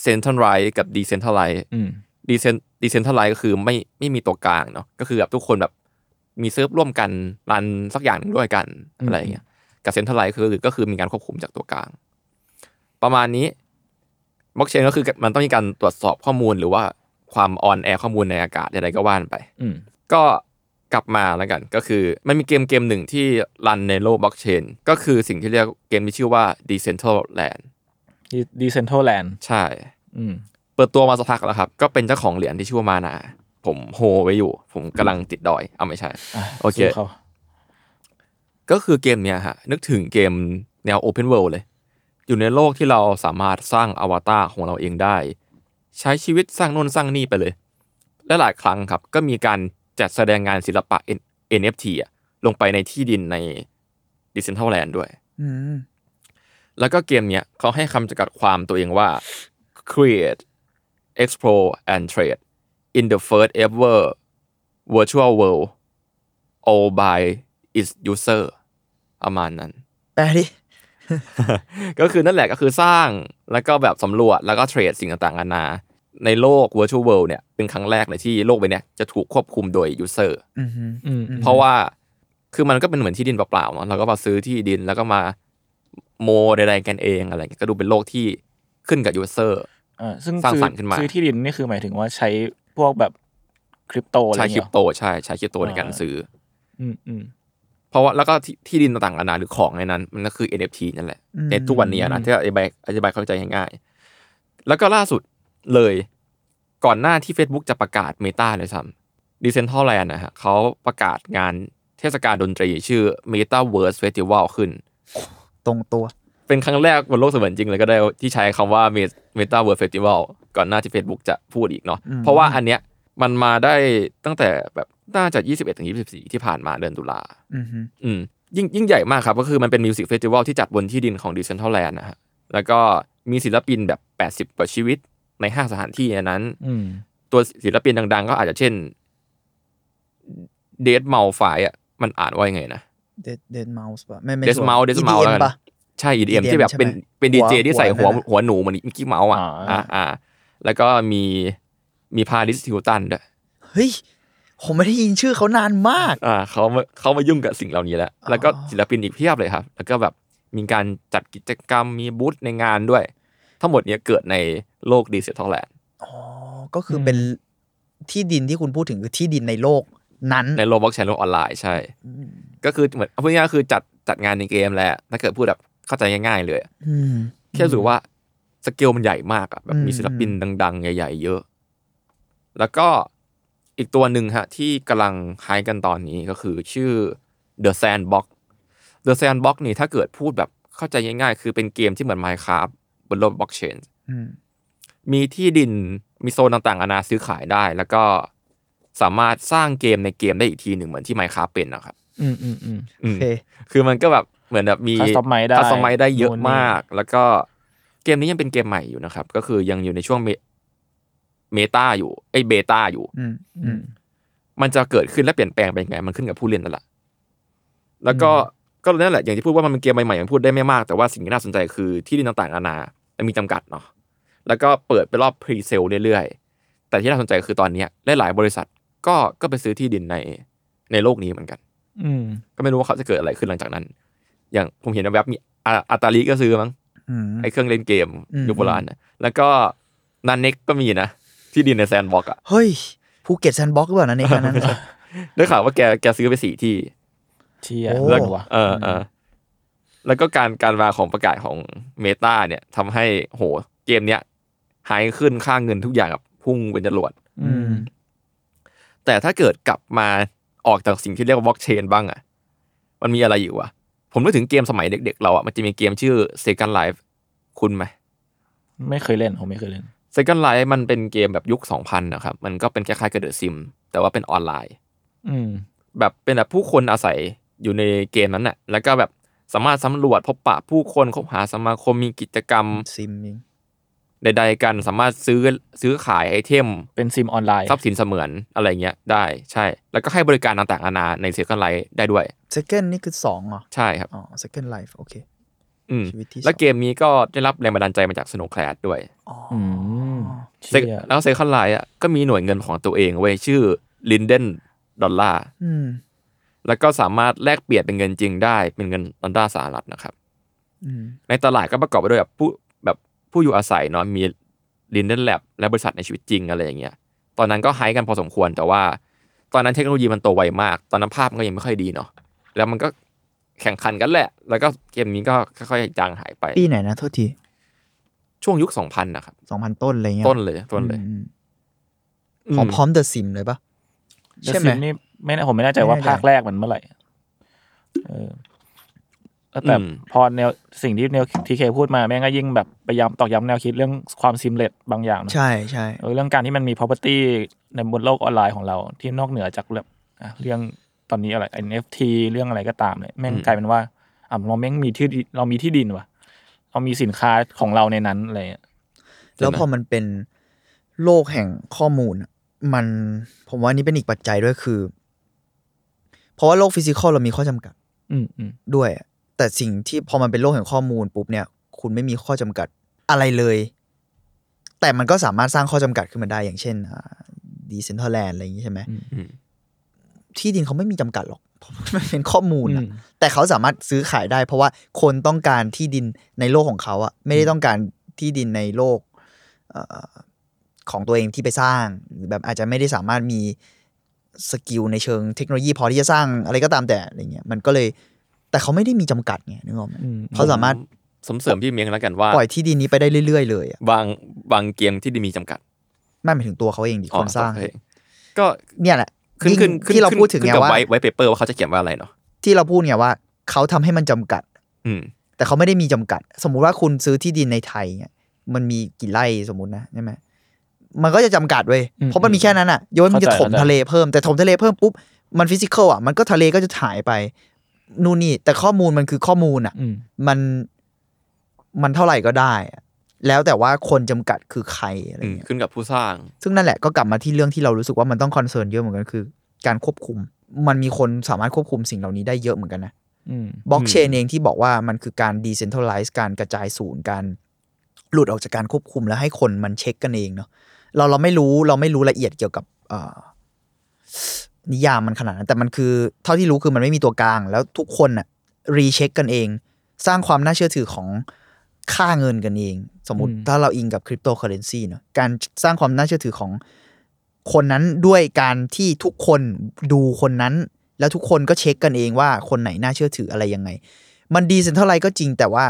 เซนทรัลไรกับดีเซนทรัลไร อืม ดีเซนดีเซนทรัลไรก็คือไม่ไม่มีตัวกลางเนาะ ก็คือแบบทุกคนแบบมีเซิร์ฟร่วมกันรันสักอย่างหนึ่งด้วยกัน อืม อะไรอย่างเงี้ย กับเซนทรัลไรคือก็คือมีการควบคุมจากตัวกลาง ประมาณนี้บล็อกเชนก็คือมันต้องมีการตรวจสอบข้อมูลหรือว่าความออนแอร์ข้อมูลในอากาศอะไรก็ว่านไป อืม ก็กลับมาแล้วกันก็คือมันมีเกมเกมหนึ่งที่รันในโลกบล็อกเชนก็คือสิ่งที่เรียกเกมที่ชื่อว่า Decentraland ดีเซนทัลแลนด์ ใช่ อืม เปิดตัวมาสักพักแล้วครับ ก็เป็นเจ้าของเหรียญที่ชื่อว่ามานา ผมโฮไว้อยู่ ผมกำลังติดดอย เอาไม่ใช่ อ่ะ โอเค สู้เขา ก็คือเกมเนี้ยฮะ นึกถึงเกมแนว Open World เลย อยู่ในโลกที่เราสามารถสร้างอวตารของเราเองได้ ใช้ชีวิตสร้างโน่นสร้างนี่ไปเลย และหลายครั้งครับ ก็มีการจัดแสดงงานศิลปะ N- NFT อะลงไปในที่ดินใน d i s e n t r a l a n d ด้วย อืม แล้วก็เกมเนี้ยเขาให้คำจำกัดความตัวเองว่า create explore and trade in the first ever virtual world all by its user ประมาณนั้น แปลดิ ก็คือนั่นแหละก็คือสร้างแล้วก็แบบสำรวจแล้วก็เทรดสิ่งต่างๆนานาในโลก virtual world เนี่ยเป็นครั้งแรกเลยที่โลกใบเนี้ยจะถูกควบคุมโดย user อืมอืม อืม เพราะว่าคือมันก็เป็นเหมือนที่ดินเปล่าๆเนาะเราก็มาซื้อที่ดินแล้วก็มาโมใดๆกันเองอะไรเงี้ยก็ดูเป็นโลกที่ขึ้นกับยูเซอร์ อ่าซึ่ง สร้าง ซื้อ สรรค์ขึ้นมา ซื้อที่ดินนี่คือหมายถึงว่าใช้พวกแบบคริปโตอะไร ใช้คริ เงี้ยเหรอปโตใช่ใช้คริปโตในการซื้อ อืมอืม เพราะว่าแล้วก็ที่ที่ดินต่างๆนานาหรือของในนั้น มันก็คือ NFT นั่นแหละในทุกวันนี้นะที่อธิบายอธิบายเข้าใจง่ายๆ แล้วก็ล่าสุดเลยก่อนหน้าที่ Facebook จะประกาศ Meta เลยซ้ำ Decentraland นะฮะเขาประกาศงาน เทศกาลดนตรีชื่อ Metaverse Festival ขึ้น ตรงตัว เป็นครั้งแรกบนโลกเสมือนจริงเลยก็ได้ที่ใช้คำว่า Met- Metaverse Festival ก่อนหน้าที่ Facebook จะพูดอีกเนาะ อืม เพราะว่าอันเนี้ยมันมาได้ตั้งแต่แบบน่าจะ 21ถึง24 ที่ผ่านมาเดือนตุลา อือฮึ อืมยิ่งยิ่งใหญ่มากครับ ก็คือมันเป็นมิวสิกเฟสติวัลที่จัดบนที่ดินของดิส e n นท a ลแลนด์นะฮะแล้วก็มีศิลปินแบบ 80 กว่าชีวิตในห้าสถานที่ในนั้น อืม ตัวศิลปินดังๆ ก็อาจจะเช่นเด m เมาฝายอ่ะมันอ่านว่ายังไงนะ เดดเดดเมาส์ป่ะไม่ไม่ Dead Mouse Dead Mouse แล้วกัน EDM ป่ะ ใช่ EDM EDM ที่แบบเป็น ใช่ไหม เป็นดีเจ หัว ที่ใส่หัว หัวหัวนั่นน่ะหนูเหมือนมิกกี้เมาส์อ่ะ อ่า อ่าอ่าแล้วก็มีมีพาริสทิวตันด้วย เฮ้ย ผมไม่ได้ยินชื่อเขานานมาก อ่าเขามาเขามายุ่งกับสิ่งเหล่านี้แล้ว แล้วก็ศิลปินอีกเพียบเลยครับ แล้วก็แบบมีการจัดกิจกรรมมีบูธในงานด้วย ทั้งหมดเนี้ยเกิดในโลกดีเซลทอลแลนด์ อ๋อ ก็คือเป็นที่ดินที่คุณพูดถึงคือที่ดินในโลกนั้น ในโลกบล็อกแชนโลกออนไลน์ใช่ ก็คือเหมือนเอาพูดง่ายๆคือจัดจัดงานในเกมแหละถ้าเกิดพูดแบบเข้าใจง่ายๆเลย อืม แค่รู้สึกว่าสเกลมันใหญ่มากอะแบบมี อืม ศิลปินดัง ๆ ใหญ่ ๆ เยอะ แล้วก็อีกตัวหนึ่งฮะ ที่กำลังไฮกันตอนนี้ก็คือชื่อ The Sandbox The Sandbox นี่ถ้าเกิดพูดแบบเข้าใจง่ายๆ คือเป็นเกมที่เหมือน Minecraft บนโลกบล็อกเชน อืม มีที่ดินมีโซนต่างๆนานาซื้อขายได้ แล้วก็สามารถสร้างเกมในเกมได้อีกทีหนึ่งเหมือนที่ Minecraft เป็นนะครับ อืมอืมอืม อื โอ ม เค คือมันก็แบบเหมือนแบบมี Customize ได้ คัสตอมไมได้เยอะ นู่นนี่ มาก แล้วก็เกมนี้ยังเป็นเกมใหม่อยู่นะครับ ก็คือยังอยู่ในช่วงเมเมตาอยู่ไอยเบต้าอยู่ อืม อืม มันจะเกิดขึ้นและเปลี่ยนแปลงไปยังไงมันขึ้นกับผู้เล่นนั่นแหละแล้วก็ก็นั่นแหละอย่างที่พูดว่ามันเป็นเกมใหม่ๆมันพูดได้ไม่มากแต่ว่าสิ่งที่น่าสนใจคือที่ดินต่างๆนานามันมีจำกัดเนาะแล้วก็เปิดไปรอบพรีเซลเรื่อยๆ แต่ที่น่าสนใจคือตอนเนี้ยหลายๆบริษัทก็ก็ไปซื้อที่ดินในในโลกนี้เหมือนกัน อืม ก็ไม่รู้ว่าเขาจะเกิดอะไรขึ้นหลังจากนั้น อย่างผมเห็นในแว็บมีอาอาตาลีก็ซื้อมั้ง อืม ไอเครื่องเล่นเกม อืม ยุคโบราณนะแล้วก็นันเน็กก็มีนะ ที่ดินในแซนด์บ็อกซ์อะ เฮ้ย ภูเก็ตแซนด์บ็อกซ์หรือเปล่านะในการนั้น ได้ข่าวว่าแกแกซื้อไปสี่ที่ เชี่ย โอ้ เลิศว่ะ เออเออแล้วก็การการมาของประกาศของเมตาเนี่ยทำให้โหเกมเนี้ยหายขึ้นค่าเงินทุกอย่างแบบพุ่งเป็นจรวด อืม แต่ถ้าเกิดกลับมาออกจากสิ่งที่เรียกว่าบล็อกเชนบ้างอะ่ะ มันมีอะไรอยู่วะผมนึกถึงเกมสมัยเด็กๆเราอะ่ะ มันจะมีเกมชื่อ Second Life คุณไหม ไม่เคยเล่น ผมไม่เคยเล่น Second Life มันเป็นเกมแบบยุค 2000 นะครับ มันก็เป็นคล้ายๆกับเดอะซิม แต่ว่าเป็นออนไลน์ อืม แบบเป็นแบบผู้คนอาศัยอยู่ในเกมนั้นน่ะ แล้วก็แบบสามารถสำรวจพบปะผู้คนคบหาสมาคมมีกิจกรรม ซิมยิง ใดๆกัน สามารถซื้อซื้อขายไอเทม เป็นซิมออนไลน์ ทรัพย์สินเสมือนอะไรเงี้ยได้ใช่ แล้วก็ให้บริการต่างๆนานาในเซคันไลท์ได้ด้วย เซคเกนนี่คือสองเหรอ ใช่ครับ อ๋อเซคเกนไลฟ์โอเค อืม ชีวิตที่สอง แล้วเกมนี้ก็ได้รับแรงบันดาลใจมาจากสโนว์แคลดด้วย อ๋ออ อืม เซ็ เชี่ย แล้วเซคันไลท์อ่ะก็มีหน่วยเงินของตัวเองเว้ยชื่อลินเดนดอลลาร์ อืม แล้วก็สามารถแลกเปลี่ยนเป็นเงินจริงได้เป็นเงินดอลลาร์สหรัฐนะครับ อืม ในตลาดก็ประกอบไปด้วยแบบผู้แบบผู้อยู่อาศัยเนาะมีลินเดนแลบและบริษัทในชีวิตจริงอะไรอย่างเงี้ยตอนนั้นก็ไฮป์กันพอสมควรแต่ว่า ตอนนั้นเทคโนโลยีมันโตไวมาก ตอนนั้นภาพมันก็ยังไม่ค่อยดีเนาะแล้วมันก็แข่งขันกันแหละ แล้วก็เกมนี้ก็ค่อยๆจางหายไป ปีไหนนะโทษที ช่วงยุค 2000 นะครับ สองพันต้นอะไรเงี้ย ต้นเลยต้นเลย อืม ม ของพร้อมเดอะซิมเลยปะ เดอะ ใช่ไหม ซิมนี่ไม่แน่ผมไม่แน่ใจว่า ไม่แน่ใจ ภาคแรกมันเมื่อไหร่เออแต่พอแนวสิ่งที่แนวทีเคพูดมาแม่งก็ยิ่งแบบพยายามตอกย้ำแนวคิดเรื่องความซิมเลตบางอย่างเนอะ ใช่ใช่ เออเรื่องการที่มันมี property ในบนโลกออนไลน์ของเรา ที่นอกเหนือจากเรื่องอ่ะเรื่องตอนนี้อะไร NFT เรื่องอะไรก็ตามเลยแม่งกลายเป็นว่าอ่ะเราแม่งมีที่ดินเรามีที่ดินว่ะ เรามีสินค้าของเราในนั้นอะไรอย่างเงี้ย แล้วพอมันเป็นโลกแห่งข้อมูลอะมันผมว่านี่เป็นอีกปัจจัยด้วยคือ เพราะว่าโลกฟิสิกอลเรามีข้อจำกัด อืมอืม ด้วยอะแต่สิ่งที่พอมันเป็นโลกแห่งข้อมูลปุ๊บเนี่ย คุณไม่มีข้อจำกัดอะไรเลย แต่มันก็สามารถสร้างข้อจำกัดขึ้นมาได้อย่างเช่นดีเซนทรัลแลนด์อะไรอย่างนี้ใช่ไหม อืม ที่ดินเขาไม่มีจำกัดหรอกเพราะมันเป็นข้อมูล อื อะ ม แต่เขาสามารถซื้อขายได้ เพราะว่าคนต้องการที่ดินในโลกของเขาอะไม่ได้ต้องการที่ดินในโลกเอ่อของตัวเองที่ไปสร้างหรือแบบอาจจะไม่ได้สามารถมีสกิลในเชิงเทคโนโลยีพอที่จะสร้างอะไรก็ตามแต่อะไรเงี้ยมันก็เลยแต่เขาไม่ได้มีจำกัดไงนึกออกไหม อืม เขาสามารถ ผมเสริมพี่เมียงแล้วกันว่า ปล่อยที่ดินนี้ไปได้เรื่อยๆเลยอะ บางบางเกมที่มีจำกัด ไม่หมายถึงตัวเขาเองดิคนสร้าง อ๋อโอเคก็ เนี่ยแหละ ขึ้นขึ้นขึ้น ที่เราพูดถึงไงว่า ไว้ไว้เปเปอร์ว่าเขาจะเขียนว่าอะไรเนาะ ที่เราพูดเนี่ยว่าเขาทำให้มันจำกัด อืม แต่เขาไม่ได้มีจำกัด สมมุติว่าคุณซื้อที่ดินในไทยเนี่ยมันมีกี่ไร่สมมตินะใช่ไหมมันก็จะจำกัดเว้ย อืม เพราะมันมีแค่นั้นอ่ะยกเว้นมันจะถ เข้าม ใจ ทะเลเพิ่มแต่ถมทะเลเพิ่มปุ๊บมันฟิสิกอลอ่ะมันก็ทะเลก็จะหายไปนู่นนี่แต่ข้อมูลมันคือข้อมูลอ่ะ อืม มันมันเท่าไหร่ก็ได้อะแล้วแต่ว่าคนจำกัดคือใครอะไรเงี้ย ขึ้นกับผู้สร้าง ซึ่งนั่นแหละก็กลับมาที่เรื่องที่เรารู้สึกว่ามันต้องคอนเซิร์นเยอะเหมือนกันคือ การควบคุม มันมีคนสามารถควบคุมสิ่งเหล่านี้ได้เยอะเหมือนกันนะ อืม บล็อกเชนเองที่บอกว่ามันคือการดีเซนท r a ไลซ์การกระจายศูนย์การหลุดออกจากการควบคุมแล้วให้คนมันเช็คกันเองเนาะเราเราไม่รู้เราไม่รู้ละเอียดเกี่ยวกับเอ่อนิยามมันขนาดนั้นแต่มันคือเท่าที่รู้คือมันไม่มีตัวกลาง แล้วทุกคนอะรีเช็คกันเอง สร้างความน่าเชื่อถือของค่าเงินกันเอง สมมติ อืม ถ้าเราอิงกับคริปโตเคอเรนซีเนาะการสร้างความน่าเชื่อถือของคนนั้นด้วยการที่ทุกคนดูคนนั้น แล้วทุกคนก็เช็คกันเองว่าคนไหนน่าเชื่อถืออะไรยังไง มันดีเซนเท่าไรก็จริงแต่ว่า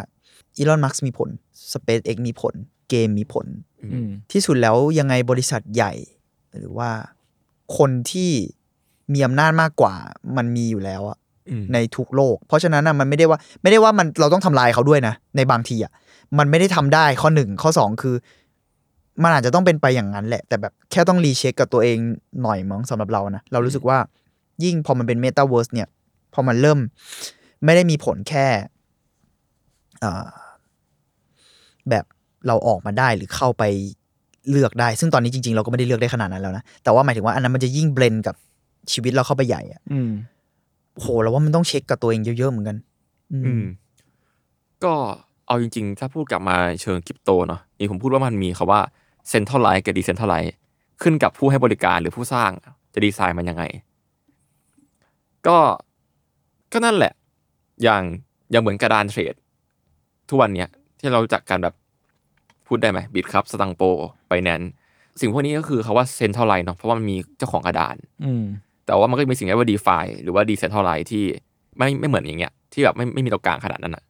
อีลอนมัสมีผล SpaceX มีผลเกมมีผล อืม ที่สุดแล้วยังไงบริษัทใหญ่ หรือว่าคนที่มีอำนาจมากกว่ามันมีอยู่แล้วอะ ในทุกโลก เพราะฉะนั้นนะมันไม่ได้ว่าไม่ได้ว่ามันเราต้องทำลายเขาด้วยนะ ในบางทีอ่ะมันไม่ได้ทำได้ข้อหนึ่งข้อสองคือ มันอาจจะต้องเป็นไปอย่างนั้นแหละ แต่แบบแค่ต้องรีเช็คกับตัวเองหน่อยมั้งสำหรับเรานะ เรารู้สึกว่ายิ่งพอมันเป็นเมตาเวิร์สเนี่ย พอมันเริ่มไม่ได้มีผลแค่เอ่อแบบเราออกมาได้หรือเข้าไปเลือกได้ ซึ่งตอนนี้จริงๆ เราก็ไม่ได้เลือกได้ขนาดนั้นแล้วนะแต่ว่าหมายถึงว่าอันนั้นมันจะยิ่งเบลนกับชีวิตเราเข้าไปใหญ่อะ อืม โหเราว่ามันต้องเช็คกับตัวเองเยอะ ๆ เหมือนกัน อืม อืม ก็เอาจริง ๆ ถ้าพูดกลับมาเชิงคริปโตเนาะนี่ผมพูดว่ามันมีคำว่าเซนเท่าไลกับดีเซนเท่าไลขึ้นกับผู้ให้บริการหรือผู้สร้างจะดีไซน์มันยังไง ก็ก็นั่นแหละ อย่างอย่างเหมือนกระดานเทรด ทุกวันเนี้ยที่เรารู้จักกันแบบพูดได้ไหมบิตครับสตังโปไปแนนสิ่งพวกนี้ก็คือคำว่าเซนเท่าไลเนาะเพราะว่ามันมีเจ้าของกระดาน อืม แต่ว่ามันก็จะมีสิ่งที่เรียกว่า DeFi หรือว่า Decentralized ที่ไม่ไม่เหมือนอย่างเงี้ย ที่แบบไม่ไม่มีตัวกลางขนาดนั้นอ่ะ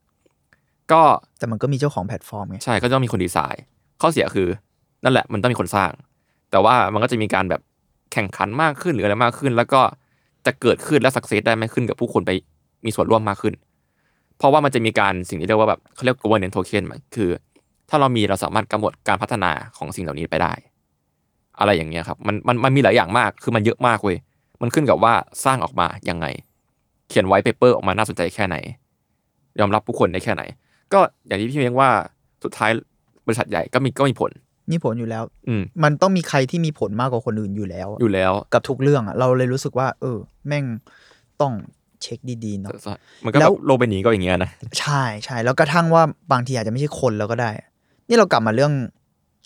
ก็ แต่มันก็มีเจ้าของแพลตฟอร์มไง ใช่ก็ต้องมีคนดีไซน์ ข้อเสียคือนั่นแหละมันต้องมีคนสร้าง แต่ว่ามันก็จะมีการแบบแข่งขันมากขึ้นหรืออะไรมากขึ้น แล้วก็จะเกิดขึ้นและสักเซสได้มากขึ้นกับผู้คนไปมีส่วนร่วมมากขึ้น เพราะว่ามันจะมีการสิ่งที่เรียกว่าแบบเขาเรียก governance token มันคือ ถ้าเรามีเราสามารถกำหนดการพัฒนาของสิ่งเหล่านี้ไปได้ อะไรอย่างเงี้ยครับมันมันมันมีหลายอย่างมากคือมันเยอะมากเว้ย มันขึ้นกับว่าสร้างออกมายังไง เขียนไว้เปเปอร์ออกมาน่าสนใจแค่ไหน ยอมรับผู้คนได้แค่ไหน ก็อย่างที่พี่เมียงว่าสุดท้ายบริษัทใหญ่ก็มีก็มีผล มีผลอยู่แล้ว อืม มันต้องมีใครที่มีผลมากกว่าคนอื่นอยู่แล้ว อยู่แล้ว กับทุกเรื่องอะเราเลยรู้สึกว่า เออ แม่งต้องเช็คดีๆเนาะ มันก็ แล้ แบบ ว โลกใบนี้ก็อย่างเงี้ยนะ ใช่ใช่แล้วกระทั่งว่าบางทีอาจจะไม่ใช่คนแล้วก็ได้ นี่เรากลับมาเรื่อง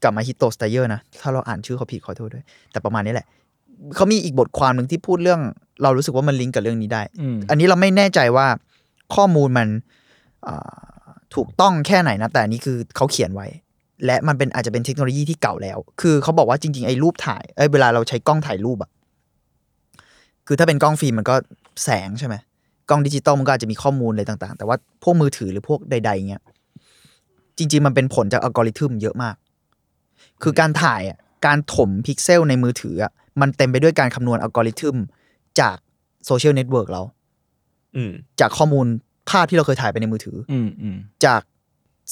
กลับมาฮิตโตสไตเยอร์นะ ถ้าเราอ่านชื่อเขาผิดขอโทษด้วย แต่ประมาณนี้แหละ เขามีอีกบทความหนึ่งที่พูดเรื่อง เรารู้สึกว่ามันลิงก์กับเรื่องนี้ได้ อืม อันนี้เราไม่แน่ใจว่าข้อมูลมันอ่าถูกต้องแค่ไหนนะ แต่อันนี้คือเขาเขียนไว้ และมันเป็นอาจจะเป็นเทคโนโลยีที่เก่าแล้ว คือเขาบอกว่าจริง ๆ ไอ้รูปถ่ายเอ้ยเวลาเราใช้กล้องถ่ายรูปอะคือถ้าเป็นกล้องฟิล์มมันก็แสงใช่ไหมกล้องดิจิตอลมันก็อาจจะมีข้อมูลอะไรต่างๆ แต่ว่าพวกมือถือหรือพวกใดๆเงี้ยจริง ๆ มันเป็นผลจากอัลกอริทึมเยอะมาก คือการถ่ายอะการถมพิกเซลในมือถืออะมันเต็มไปด้วยการคำนวณอัลกอริทึมจากโซเชียลเน็ตเวิร์กเรา อืม จากข้อมูลภาพที่เราเคยถ่ายไปในมือถือ อืมอืม จาก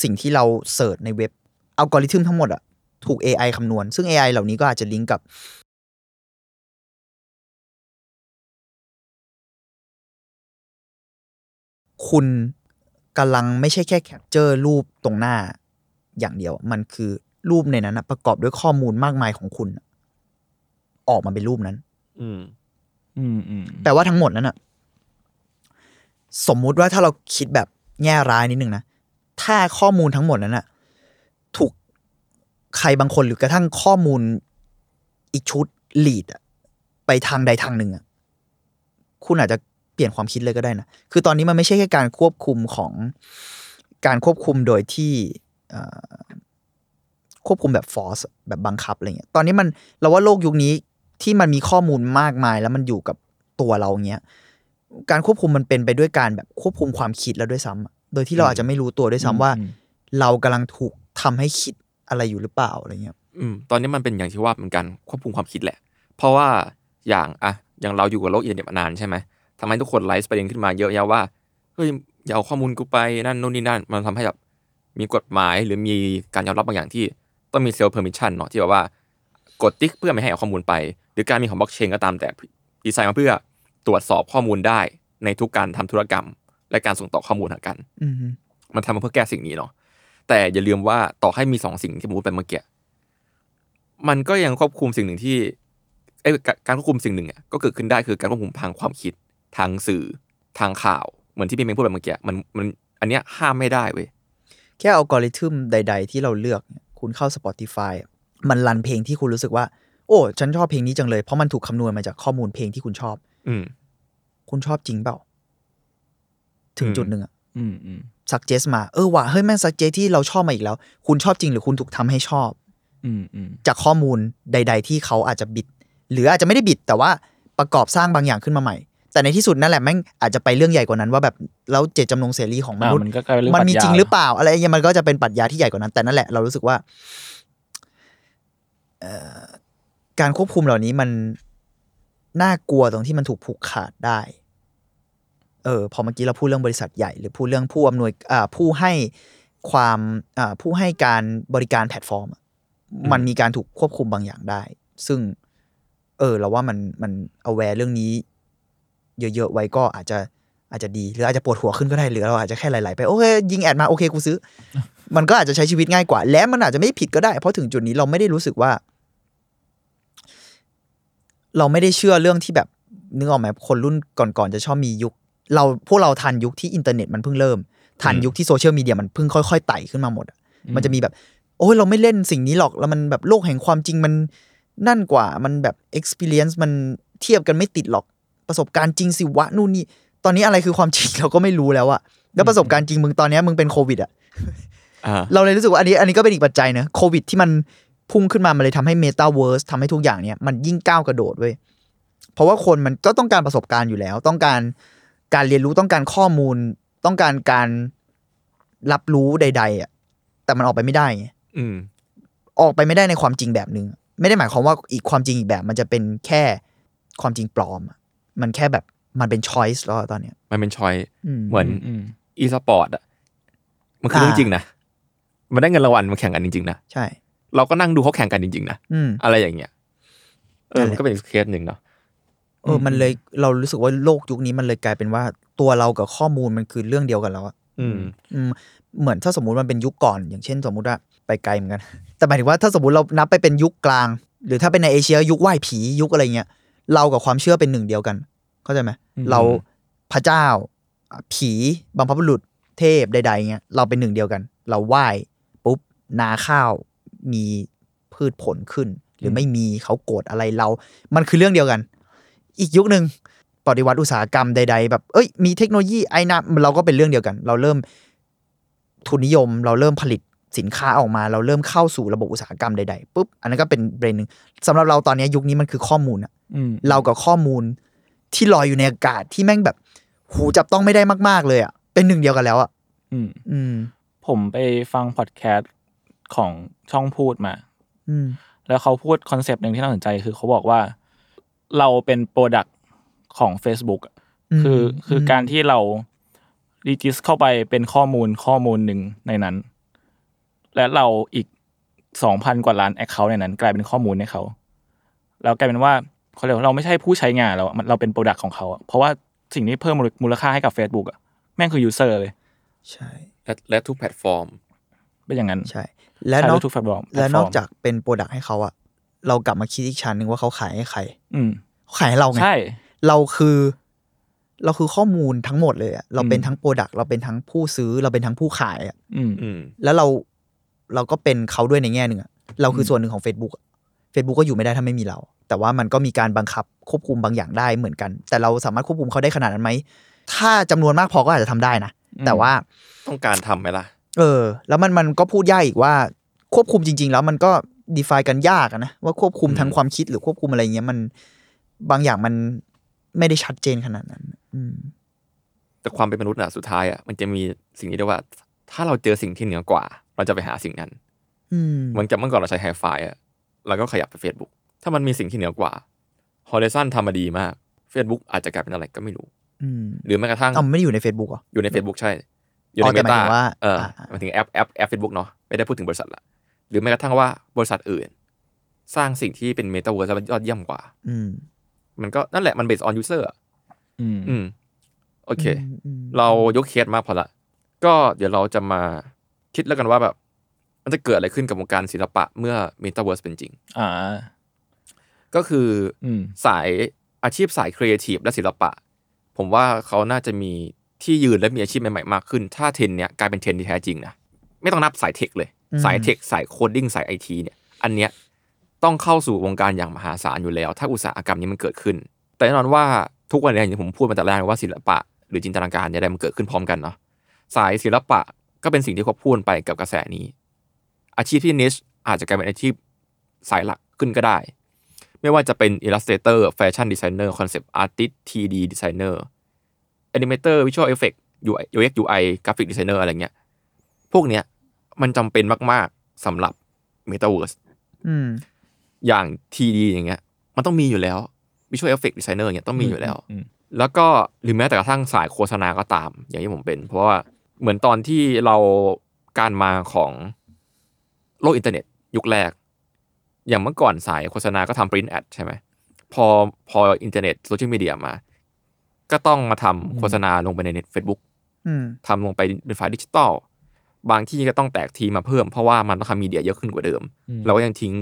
สิ่งที่เราเสิร์ชในเว็บอัลกอริทึมทั้งหมดอะถูก AI คำนวณ ซึ่ง AI เหล่านี้ก็อาจจะลิงก์กับคุณกำลังไม่ใช่แค่แคปเจอร์รูปตรงหน้าอย่างเดียว มันคือรูปในนั้นอะประกอบด้วยข้อมูลมากมายของคุณ ออกมาเป็นรูปนั้น อืม อืมอืม แปลว่าทั้งหมดนั้นอะสมมุติว่าถ้าเราคิดแบบแง่ร้ายนิดนึงนะ ถ้าข้อมูลทั้งหมดนั้นอะถูกใครบางคนหรือกระทั่งข้อมูลอีกชุดลีดอะไปทางใดทางหนึ่งอะคุณอาจจะเปลี่ยนความคิดเลยก็ได้นะ คือตอนนี้มันไม่ใช่แค่การควบคุมของการควบคุมโดยที่เอ่อควบคุมแบบฟอร์สแบบบังคับอะไรเงี้ย ตอนนี้มันเราว่าโลกยุคนี้ที่มันมีข้อมูลมากมายแล้วมันอยู่กับตัวเราเงี้ย การควบคุมมันเป็นไปด้วยการแบบควบคุมความคิดแล้วด้วยซ้ำอะโดยที่เราอาจจะไม่รู้ตัวด้วยซ้ำว่า เรากำลังถูกทำให้คิดอะไรอยู่หรือเปล่าอะไรเงี้ย อืม ตอนนี้มันเป็นอย่างที่ว่าเหมือนกันควบคุมความคิดแหละ เพราะว่าอย่างอะ อย่างเราอยู่กับโลกอินเทอร์เน็ตมานานใช่ไหมทำให้ทุกคนไลฟ์ประเด็นขึ้นมาเยอะแยะว่าเฮ้ยอย่าเอาข้อมูลกูไปนั่นนู่นนี่นั่นมันทำให้แบบมีกฎหมายหรือมีการยอมรับบางอย่างที่ต้องมีเซลล์เพอร์มิชันเนาะที่แบบว่ากดติ๊กเพื่อไม่ให้เอาข้อมูลไป หรือการมีของบล็อกเชนก็ตามแต่ดีไซน์มาเพื่อตรวจสอบข้อมูลได้ในทุกการทำธุรกรรม และการส่งต่อข้อมูลหากัน อืม มันทำมาเพื่อแก้สิ่งนี้เนาะแต่อย่าลืมว่าต่อให้มีสองสิ่งที่ผมพูดไปเมื่อกี้มันก็ยังควบคุมสิ่งหนึ่งที่เอ้ยกาการควบคุมสิ่งหนึ่งอะก็เกิดขึ้นได้คือการควบคุมทางความคิด ทางสื่อทางข่าว เหมือนที่พี่เมงพูดไปเมื่อกี้มันมันอันเนี้ยห้ามไม่ได้เว้ย แค่อัลกอริทึมใด ๆ ที่เราเลือกเนี่ยคุณเข้า Spotify อะมันรันเพลงที่คุณรู้สึกว่า โอ้ ฉันชอบเพลงนี้จังเลย เพราะมันถูกคำนวณมาจากข้อมูลเพลงที่คุณชอบ อืม คุณชอบจริงเปล่า ถึง อืม จุดหนึ่งอะ อืมอืม สักเจสมาเออว่ะเฮ้ยแม่งสักเจสที่เราชอบมาอีกแล้ว คุณชอบจริงหรือคุณถูกทำให้ชอบ อืมอืม จากข้อมูลใด ๆ ที่เขาอาจจะบิด หรืออาจจะไม่ได้บิด แต่ว่าประกอบสร้างบางอย่างขึ้นมาใหม่ แต่ในที่สุดนั่นแหละแม่งอาจจะไปเรื่องใหญ่กว่านั้นว่าแบบแล้วเจตจำนงเสรีของม อ่ะ นุษย์ มันก็กลายเป็นเรื่อง มันมี ปรัชญา จริงหรือเปล่า อะไรอย่างเงี้ยมันก็จะเป็นปรัชญาที่ใหญ่กว่านั้นแต่นั่นแหละเรารู้สึกว่าเอ่อการควบคุมเหล่านี้มันน่ากลัวตรงที่มันถูกผูกขาดได้ เออพอเมื่อกี้เราพูดเรื่องบริษัทใหญ่ หรือพูดเรื่องผู้อำนวยอ่าผู้ให้ความอ่าผู้ให้การบริการแพลตฟอร์มอะมันมีการถูกควบคุมบางอย่างได้ ซึ่ง เออ เราว่ามันมันเอาแวร์เรื่องนี้ เยอะๆไว้ก็อาจจะอาจจะดี หรืออาจจะปวดหัวขึ้นก็ได้หรือเราอาจจะแค่ไหลๆไปโอเคยิงแอดมาโอเคกูซื้อ มันก็อาจจะใช้ชีวิตง่ายกว่า และมันอาจจะไม่ผิดก็ได้ เพราะถึงจุดนี้เราไม่ได้รู้สึกว่า เราไม่ได้เชื่อเรื่องที่แบบนึกออกไหมคนรุ่นก่อนๆจะชอบมียุค เราพวกเราทันยุคที่อินเทอร์เน็ตมันเพิ่งเริ่มทันยุคที่โซเชียลมีเดียมันเพิ่งค่อยๆไต่ขึ้นมาหมดอะ มันจะมีแบบ โอ้ยเราไม่เล่นสิ่งนี้หรอกแล้วมันแบบโลกแห่งความจริงมันนั่นกว่ามันแบบ experience มันเทียบกันไม่ติดหรอกประสบการณ์จริงสิวะนู่นนี่ตอนนี้อะไรคือความจริง เราก็ไม่รู้แล้วอะแล้วประสบการณ์จริงมึงตอนเนี้ยมึงเป็นโควิดอะ อ่า เราเลยรู้สึกว่าอันนี้อันนี้ก็เป็นอีกปัจจัยเนอะโควิดที่มันพุ่งขึ้นมา มันเลยทำให้เมตาเวิร์สทำให้ทุกอย่างเนี่ยมันยิ่งก้าวกระโดดเว้ยเพราะว่าคนมันก็ต้องการประสบการณ์อยู่แล้ว ต้องการการเรียนรู้ต้องการข้อมูล ต้องการการรับรู้ใด ๆอะแต่มันออกไปไม่ได้ไง อืม ออกไปไม่ได้ในความจริงแบบหนึง่งไม่ได้หมายความว่าอีกความจริงอีกแบบ มันจะเป็นแค่ความจริงปลอมอะมันแค่แบบมันเป็นช้อยส์แล้วอะตอนเนี้ย มันเป็นชอย อืม เหมือน อืม อีสปอร์ตอ่ะมันคือเรื่อง อ่า จริงนะมันได้เงินรางวัลมาแข่งกันจริงๆนะ ใช่ เราก็นั่งดูเขาแข่งกันจริงๆนะ อืม อะไรอย่างเงี้ยเออ นั่นแหละ มันก็เป็นอีกเคสหนึ่งเนาะ เออมันเลยเรารู้สึกว่าโลกยุคนี้มันเลยกลายเป็นว่าตัวเรากับข้อมูลมันคือเรื่องเดียวกันแล้วอะ อืม อืมเหมือนถ้าสมมติมันเป็นยุคก่อน อย่างเช่นสมมติว่าไปไกลเหมือนกัน แต่หมายถึงว่าถ้าสมมติเรานับไปเป็นยุคกลาง หรือถ้าเป็นในเอเชียยุคไหว้ผียุคอะไรเงี้ยเรากับความเชื่อเป็นหนึ่งเดียวกัน เข้าใจไหม อืม เราพระเจ้าอ่ะผีบัมพบุรุษเทพใดๆเงี้ยเราเป็นหนึ่งเดียวกัน เราไหว้ปุ๊บนาข้าวมีพืชผลขึ้น หรือไม่มีเขาโกรธอะไรเรา มันคือเรื่องเดียวกัน อีกยุคหนึ่งปฏิวัติอุตสาหกรรมใด ๆ แบบเอ้ยมีเทคโนโลยีไอ้นะเราก็เป็นเรื่องเดียวกัน เราเริ่มทุนนิยม เราเริ่มผลิตสินค้าออกมา เราเริ่มเข้าสู่ระบบอุตสาหกรรมใดๆปุ๊บอันนั้นก็เป็นเบรนหนึ่งสำหรับเราตอนเนี้ยยุคนี้มันคือข้อมูลอะ อืม เรากับข้อมูลที่ลอยอยู่ในอากาศที่แม่งแบบหูจับต้องไม่ได้มาก ๆ เลยอ่ะ เป็นหนึ่งเดียวกันแล้วอ่ะ อืม อืม ผมไปฟังพอดแคสต์ของช่องพูดมา อืม แล้วเขาพูดคอนเซปต์หนึ่งที่น่าสนใจคือเขาบอกว่าเราเป็นโปรดักของ Facebook อะ อืม คือคืออ ม การที่เรารีจิสเข้าไปเป็นข้อมูลข้อมูลหนึ่งในนั้น และเราอีกสองพันกว่าล้านแอคเคาท์ในนั้น กลายเป็นข้อมูลให้เขาแล้วกลายเป็นว่าเขาเรียกว่าเราไม่ใช่ผู้ใช้งานเราอะมันเราเป็นโปรดักของเขาอะเพราะว่าสิ่งที่เพิ่มมูลมูลค่าให้กับ Facebook อะแม่งคือยูเซอร์เลย ใช่ และและทุกแพลตฟอร์ม เป็นอย่างนั้น ใช่ และ ใช้ นอก ไทุกแพลตฟอร์ม และนอกจากเป็นโปรดักให้เขาอ่ะ เรากลับมาคิดอีกชั้นหนึ่งว่าเขาขายให้ใคร อืม เขาขายให้เราไง ใช่ เราคือ เราคือข้อมูลทั้งหมดเลยอ่ะ เราเป็น อืม ทั้งโปรดักเราเป็นทั้งผู้ซื้อ เราเป็นทั้งผู้ขายอ่ะ อืม อืม แล้วเราเราก็เป็นเขาด้วยในแง่หนึ่งอะเราคือส่วนหนึ่งของ Facebook อะ Facebook ก็อยู่ไม่ได้ถ้าไม่มีเรา แต่ว่ามันก็มีการบังคับควบคุมบางอย่างได้เหมือนกัน แต่เราสามารถควบคุมเขาได้ขนาดนั้นไหม ถ้าจำนวนมากพอก็อาจจะทำได้นะ อืม แต่ว่า ต้องการทำไหมล่ะ เออ แล้วมันมันก็พูดยากอีกว่าควบคุมจริง ๆ แล้วมันก็ define กันยากอะนะ ว่าควบคุมทางความคิดหรือควบคุมอะไรเงี้ยมันบางอย่างมันไม่ได้ชัดเจนขนาดนั้น อืม แต่ความเป็นมนุษย์น่ะสุดท้ายอ่ะมันจะมีสิ่งนี้ด้วยว่า ถ้าเราเจอสิ่งที่เหนือกว่า เราจะไปหาสิ่งนั้น อืม เหมือนกับเมื่อก่อนเราใช้ไฮไฟอ่ะเราก็ขยับไป Facebook ถ้ามันมีสิ่งที่เหนือกว่า Horizon ทำมาดีมาก Facebook อาจจะกลายเป็นอะไรก็ไม่รู้ อืม หรือแม้กระทั่ง เอ้าไม่ได้อยู่ใน Facebook เหรอ อยู่ใน Facebook ใช่ อยู่ใน อ๋อ เม แต่หมาย ตา ถึงว่า เออ อ่า หมายถึงแอปแอปแอปเฟซบุ๊กเนาะไม่ได้พูดถึงบริษัทละหรือแม้กระทั่งว่าบริษัทอื่น สร้างสิ่งที่เป็นเมตาเวิร์สยอดเยี่ยมกว่า อืม มันก็นั่นแหละมันเบสออนยูเซอร์ อืม อืม โอเค มอืม เรายกเคสมากพอละ ก็เดี๋ยวเราจะมาคิดแล้วกันว่าแบบ มันจะเกิดอะไรขึ้นกับวงการศิลปะเมื่อเมตาเวิร์สเป็นจริง อ่า ก็คืออ อืม สายอาชีพสายครีเอทีฟและศิลปะ ผมว่าเขาน่าจะมีที่ยืนและมีอาชีพใหม่ๆมากขึ้น ถ้าเทรนด์เนี้ยกลายเป็นเทรนด์ที่แท้จริงนะ ไม่ต้องนับสายเทคเลย สายเทค สายโคดดิ้งสายไอทีเนี่ย อันเนี้ยต้องเข้าสู่วงการอย่างมหาศาลอยู่แล้ว ถ้าอุตสาหกรรมนี้มันเกิดขึ้น แต่แน่นอนว่าทุกวันเนี้ยอย่างที่ผมพูดมาแต่แรกว่าศิลปะ หรือจินตนาการเนี่ยอะไรมันเกิดขึ้นพร้อมกันเนาะสายศิลปะก็เป็นสิ่งที่ควบคู่กันไปกับกระแสนี้ อาชีพที่นิชอาจจะกลายเป็นอาชีพสายหลักขึ้นก็ได้ ไม่ว่าจะเป็น Illustrator Fashion Designer Concept Artist 3D Designer Animator Visual Effect UI UX UI Graphic Designer อะไรเงี้ย พวกเนี้ยมันจำเป็นมาก ๆสำหรับ Metaverse อืม อย่าง 3D อย่างเงี้ย มันต้องมีอยู่แล้ว Visual Effect Designer อย่างเงี้ยต้องมีอยู่แล้ว อืม แล้วก็หรือแม้แต่กระทั่งสายโฆษณาก็ตาม อย่างที่ผมเป็น เพราะว่าเหมือนตอนที่เราการมาของโลกอินเทอร์เน็ต ยุคแรก อย่างเมื่อก่อนสายโฆษณาก็ทำปริ้นแอดใช่ไหมพอพออินเทอร์เน็ตโซเชียลมีเดียมา ก็ต้องมาทำโฆษณาลงไปในเน็ต Facebook อืม ทำลงไปเป็นฝ่ายดิจิตอลบางที่ก็ต้องแตกทีมมาเพิ่ม เพราะว่ามันต้องทำมีเดียเยอะขึ้นกว่าเดิม เราก็ยังทิ้ง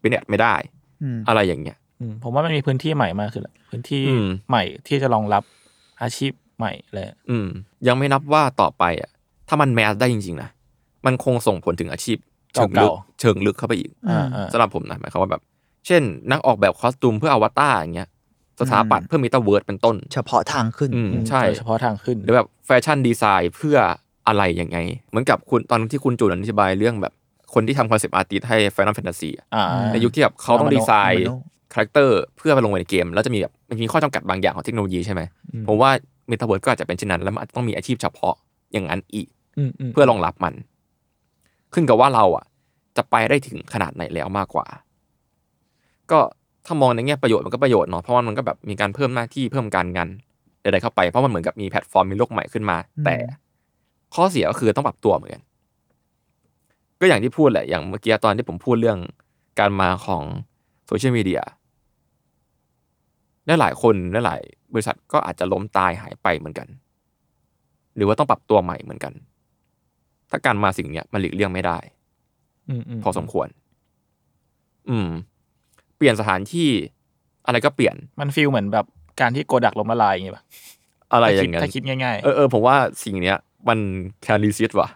เป็นเน็ตไม่ได้ อืม อะไรอย่างเงี้ย อืมผมว่ามันมีพื้นที่ใหม่มากขึ้นแหละพื้นที่ อืม ใหม่ที่จะรองรับอาชีพใหม่เลย อืม ยังไม่นับว่าต่อไปอ่ะ ถ้ามันแมสได้จริง ๆ นะ มันคงส่งผลถึงอาชีพเชิงลึก เก่า เชิงลึกเข้าไปอีก อ่าอ่า สำหรับผมนะหมายความว่าแบบ เช่น นักออกแบบคอสตูมเพื่ออวตารอย่างเงี้ย สถาปัตย์เพื่อมิตาเวิร์ดเป็นต้น เฉพาะทางขึ้น อืม ใช่ เฉพาะทางขึ้น หรือแบบแฟชั่นดีไซน์เพื่ออะไรยังไง เหมือนกับคุณตอนที่คุณจูนอธิบายเรื่องแบบ คนที่ทำคอนเซปต์อาร์ติสให้แฟน a l แฟนตาซี อ่า ในยุคที่แบบเขาต้อง เอามา ดีไซ ไป น์คาแรคเตอร์เพื่อไปลงไว้ในเกม แล้วจะมีแบบมันมีข้อจำกัดบางอย่างของเทคโนโลยีใช่ไหมผมว่าเมตาเวิร์ดก็อาจจะเป็นเช่นนั้นแล้วมันอาจจะต้องมีอาชีพเฉพาะอย่างนั้นอีก อืมอืม เพื่อรองรับมัน ขึ้นกับว่าเราอ่ะ จะไปได้ถึงขนาดไหนแล้วมากกว่า ก็ถ้ามองในแง่ประโยชน์มันก็ประโยชน์เนาะเพราะว่ามันก็แบบมีการเพิ่มหน้าที่เพิ่มการงานใดๆเข้าไป เพราะมันเหมือนกับมีแพลตฟอร์มมีโลกใหม่ขึ้นมา อืม แต่ข้อเสียก็คือต้องปรับตัวเหมือนกัน ก็อย่างที่พูดแหละ อย่างเมื่อกี้ตอนที่ผมพูดเรื่องการมาของโซเชียลมีเดียและหลายคนและหลายบริษัทก็อาจจะล้มตายหายไปเหมือนกัน หรือว่าต้องปรับตัวใหม่เหมือนกัน ถ้าการมาสิ่งเนี้ยมันหลีกเลี่ยงไม่ได้ อืมอืม พอสมควร อืม เปลี่ยนสถานที่อะไรก็เปลี่ยน มันฟีลเหมือนแบบการที่โกดักล้มละลายอย่างเงี้ยป่ะ อะไร ถ้า อ คิด ย่างถ้าคิดเงี้ยง่าย เออเออผมว่าสิ่งเนี้ย มันแคลิซิตว่ะ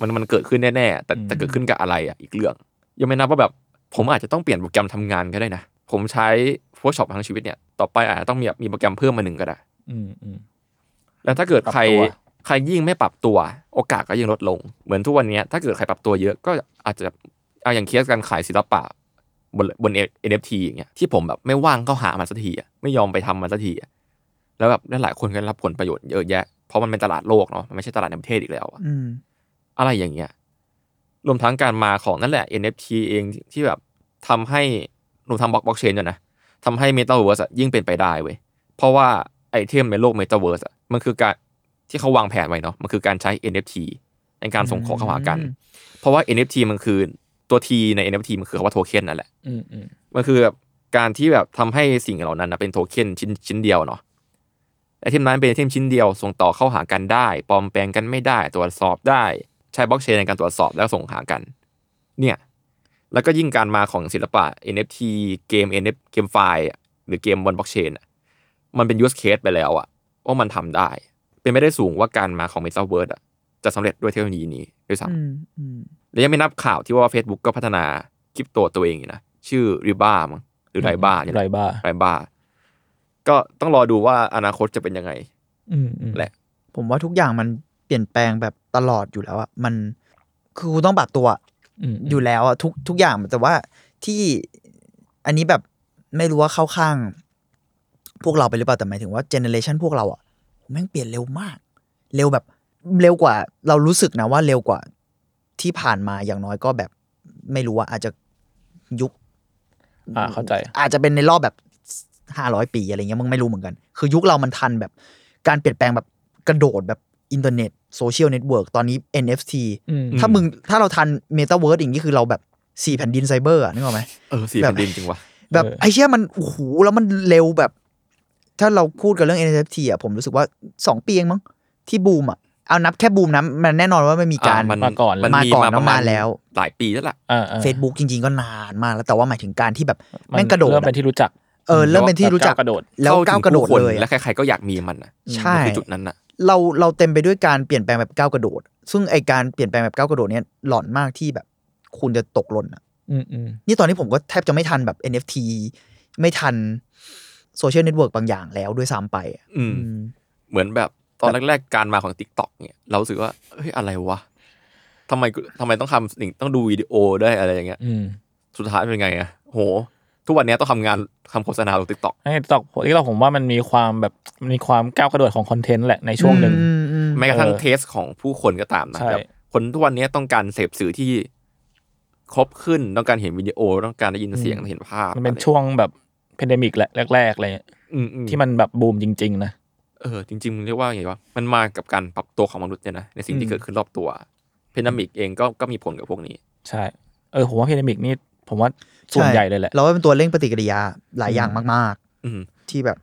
มันมันเกิดขึ้นแน่ๆแต่ อืม จะเกิดขึ้นกับอะไรอ่ะอีกเรื่อง ยังไม่นับว่าแบบ ผมอาจจะต้องเปลี่ยนโปรแกรมทำงานก็ได้นะ ผมใช้พวกช็อปทั้งชีวิตเนี่ยต่อไปอาจจะต้องมีแบบมีโปรแกรมเพิ่มมาหนึ่งก็ได้ ๆอืมอืม แล้วถ้าเกิดใคร ปรับตัว ใครยิ่งไม่ปรับตัว โอกาสก็ยิ่งลดลง เหมือนทุกวันเนี้ยถ้าเกิดใครปรับตัวเยอะก็อาจจะเอาอย่างเคสการขายศิลปะบนบน NFT อย่างเงี้ยที่ผมแบบไม่ว่างเข้าหามันสักทีอะไม่ยอมไปทำมันสักทีอะแล้วแบบหลายๆคนก็ได้รับผลประโยชน์เยอะแยะเพราะมันเป็นตลาดโลกเนาะมันไม่ใช่ตลาดในประเทศอีกแล้วอะ อืม อะไรอย่างเงี้ยรวมทั้งการมาของนั่นแหละ NFT เองที่แบบทำให้รวมทั้งบล็อกเชนด้วยนะทำให้เมตาเวิร์สยิ่งเป็นไปได้เว้ย เพราะว่าไอเทมในโลกเมตาเวิร์สอะมันคือการที่เขาวางแผนไว้เนาะมันคือการใช้ NFT ในการส่งของเข้าหากัน เพราะว่า NFT มันคือตัว T ใน NFT มันคือคำว่าโทเค็นนั่นแหละ อืมอืม มันคือแบบการที่แบบทำให้สิ่งเหล่านั้นนะเป็นโทเค็นชิ้นชิ้นเดียวเนาะไอเทมนั้นเป็นไอเทมชิ้นเดียว ส่งต่อเข้าหากันได้ ปลอมแปลงกันไม่ได้ ตรวจสอบได้ ใช้บล็อกเชนในการตรวจสอบแล้วส่งหากัน เนี่ย แล้วก็ยิ่งการมาของศิลปะ NFT เกม NFT เกมไฟล์อะหรือเกมบนบล็อกเชนอะมันเป็น use case ไปแล้วอะว่ามันทำได้ เป็นไม่ได้สูงว่าการมาของ Metaverse อะจะสำเร็จด้วยเทคโนโลยีนี้ด้วยซ้ำ อืมอืม และยังไม่นับข่าวที่ว่า Facebook ก็พัฒนาคริปโตตัวเองอยู่นะ ชื่อริบ้ามั้งหรือไรบ้าเนี่ย ไรบ้า ไรบ้า ก็ต้องรอดูว่าอนาคตจะเป็นยังไง อืมอืม แหละ ผมว่าทุกอย่างมันเปลี่ยนแปลงแบบตลอดอยู่แล้วอะมันคือกูต้องปรับตัว ม อยู่แล้วอะทุกทุกอย่างแต่ว่าที่อันนี้แบบไม่รู้ว่าเข้าข้าง พวกเราไปหรือเปล่าแต่หมายถึงว่าเจเนอเรชันพวกเราอะแม่งเปลี่ยนเร็วมาก เร็วแบบเร็วกว่า เรารู้สึกนะว่าเร็วกว่าที่ผ่านมาอย่างน้อยก็แบบ ไม่รู้ว่าอาจจะยุค อ่าเข้าใจ อาจจะเป็นในรอบแบบ ห้าร้อยปีอะไรเงี้ยมึงไม่รู้เหมือนกัน คือยุคเรามันทันแบบการเปลี่ยนแปลงแบบกระโดดแบบอินเทอร์เน็ตโซเชียลเน็ตเวิร์กตอนนี้ NFT อืม ถ้ามึงถ้าเราทันเมตาเวิร์ดอย่างนี้คือเราแบบสี่แผ่นดินไซเบอร์อะนึกออกไหม เออสี่ แบบ แผ่นดินจริงวะ แบบ เออ ไอ้เชี่ยมันโอ้โหแล้วมันเร็วแบบ ถ้าเราพูดกันเรื่อง NFT อ่ะผมรู้สึกว่าสองปีเองมั้งที่บูมอ่ะเอานับแค่บูมนะมันแน่นอนว่าไม่มีการ อ่ะ มาก่อนแล้ว มันมี มาก่อน มาประมาณ แล้ว หลายปีแล้วล่ะ เออออ Facebook จริง ๆ ก็นานมากแล้วแต่ว่าหมายถึงการที่แบบ มัน แม่งกระโดด เริ่ม อะ เป็นที่รู้จัก เออเริ่มเป็นที่รู้จัก ก้าวกระโดด แล้วก้าวกระโดด ข้ถึงผู้คน เลยอะ และใครๆก็อยากมีมันนะ ใช่ มันคือจุดนั้นน่ะ เราเราเต็มไปด้วยการเปลี่ยนแปลงแบบก้าวกระโดด ซึ่งไอการเปลี่ยนแปลงแบบก้าวกระโดดเนี่ยหลอนมากที่แบบคุณจะตกหล่นอะ อืมอืม นี่ตอนนี้ผมก็แทบจะไม่ทันแบบ NFT ไม่ทันโซเชียลเน็ตเวิร์กบางอย่างแล้วด้วยซ้ำไปอะ อืม อืม เหมือนแบบตอนแรกๆ การมาของ t ิ k t o k เนี่ย เรารู้สึกว่า เฮ้ย อะไรวะทำไมทำไมต้องทำสิ่งต้องดูวิดีโอได้วยอะไรอย่างเงี้ย อืม สุดท้ายเป็นไงอะโห ทุกวันเนี้ยต้องทำงานทำโฆษณาลง t ิ k t o k ไอ้ตอกที่เราผมว่ามันมีความแบบมันมีความก้าวกระโดดของคอนเทนต์แหละในช่วงหนึ่ง แม้กระทั่ง เออ เทสของผู้คนก็ตามนะ ใช่ แบบคนทุกวันเนี้ยต้องการเสพสื่อที่ครบขึ้นต้องการเห็นวิดีโอต้องการได้ยินเสียงเห็นภาพ มันเป็นช่วงแบบเพนเดมิกแหละแรกๆอะไรเงี้ย อืมอืม ที่มันแบบบูมจริง ๆ นะ เออจริงๆเรียกว่าไงวะมันมากับการปรับตัวของมนุษย์เนี่ยนะในสิ่งที่เกิดขึ้นรอบตัวเพนามิกเองก็ก็มีผลกับพวกนี้ ใช่ เออผมว่าเพนเดมิกนี่ผมว่าส่วนใหญ่เลยแหละ เราว่าเป็นตัวเร่งปฏิกิริยาหลายอย่างมาก อืม ๆ ที่แบบ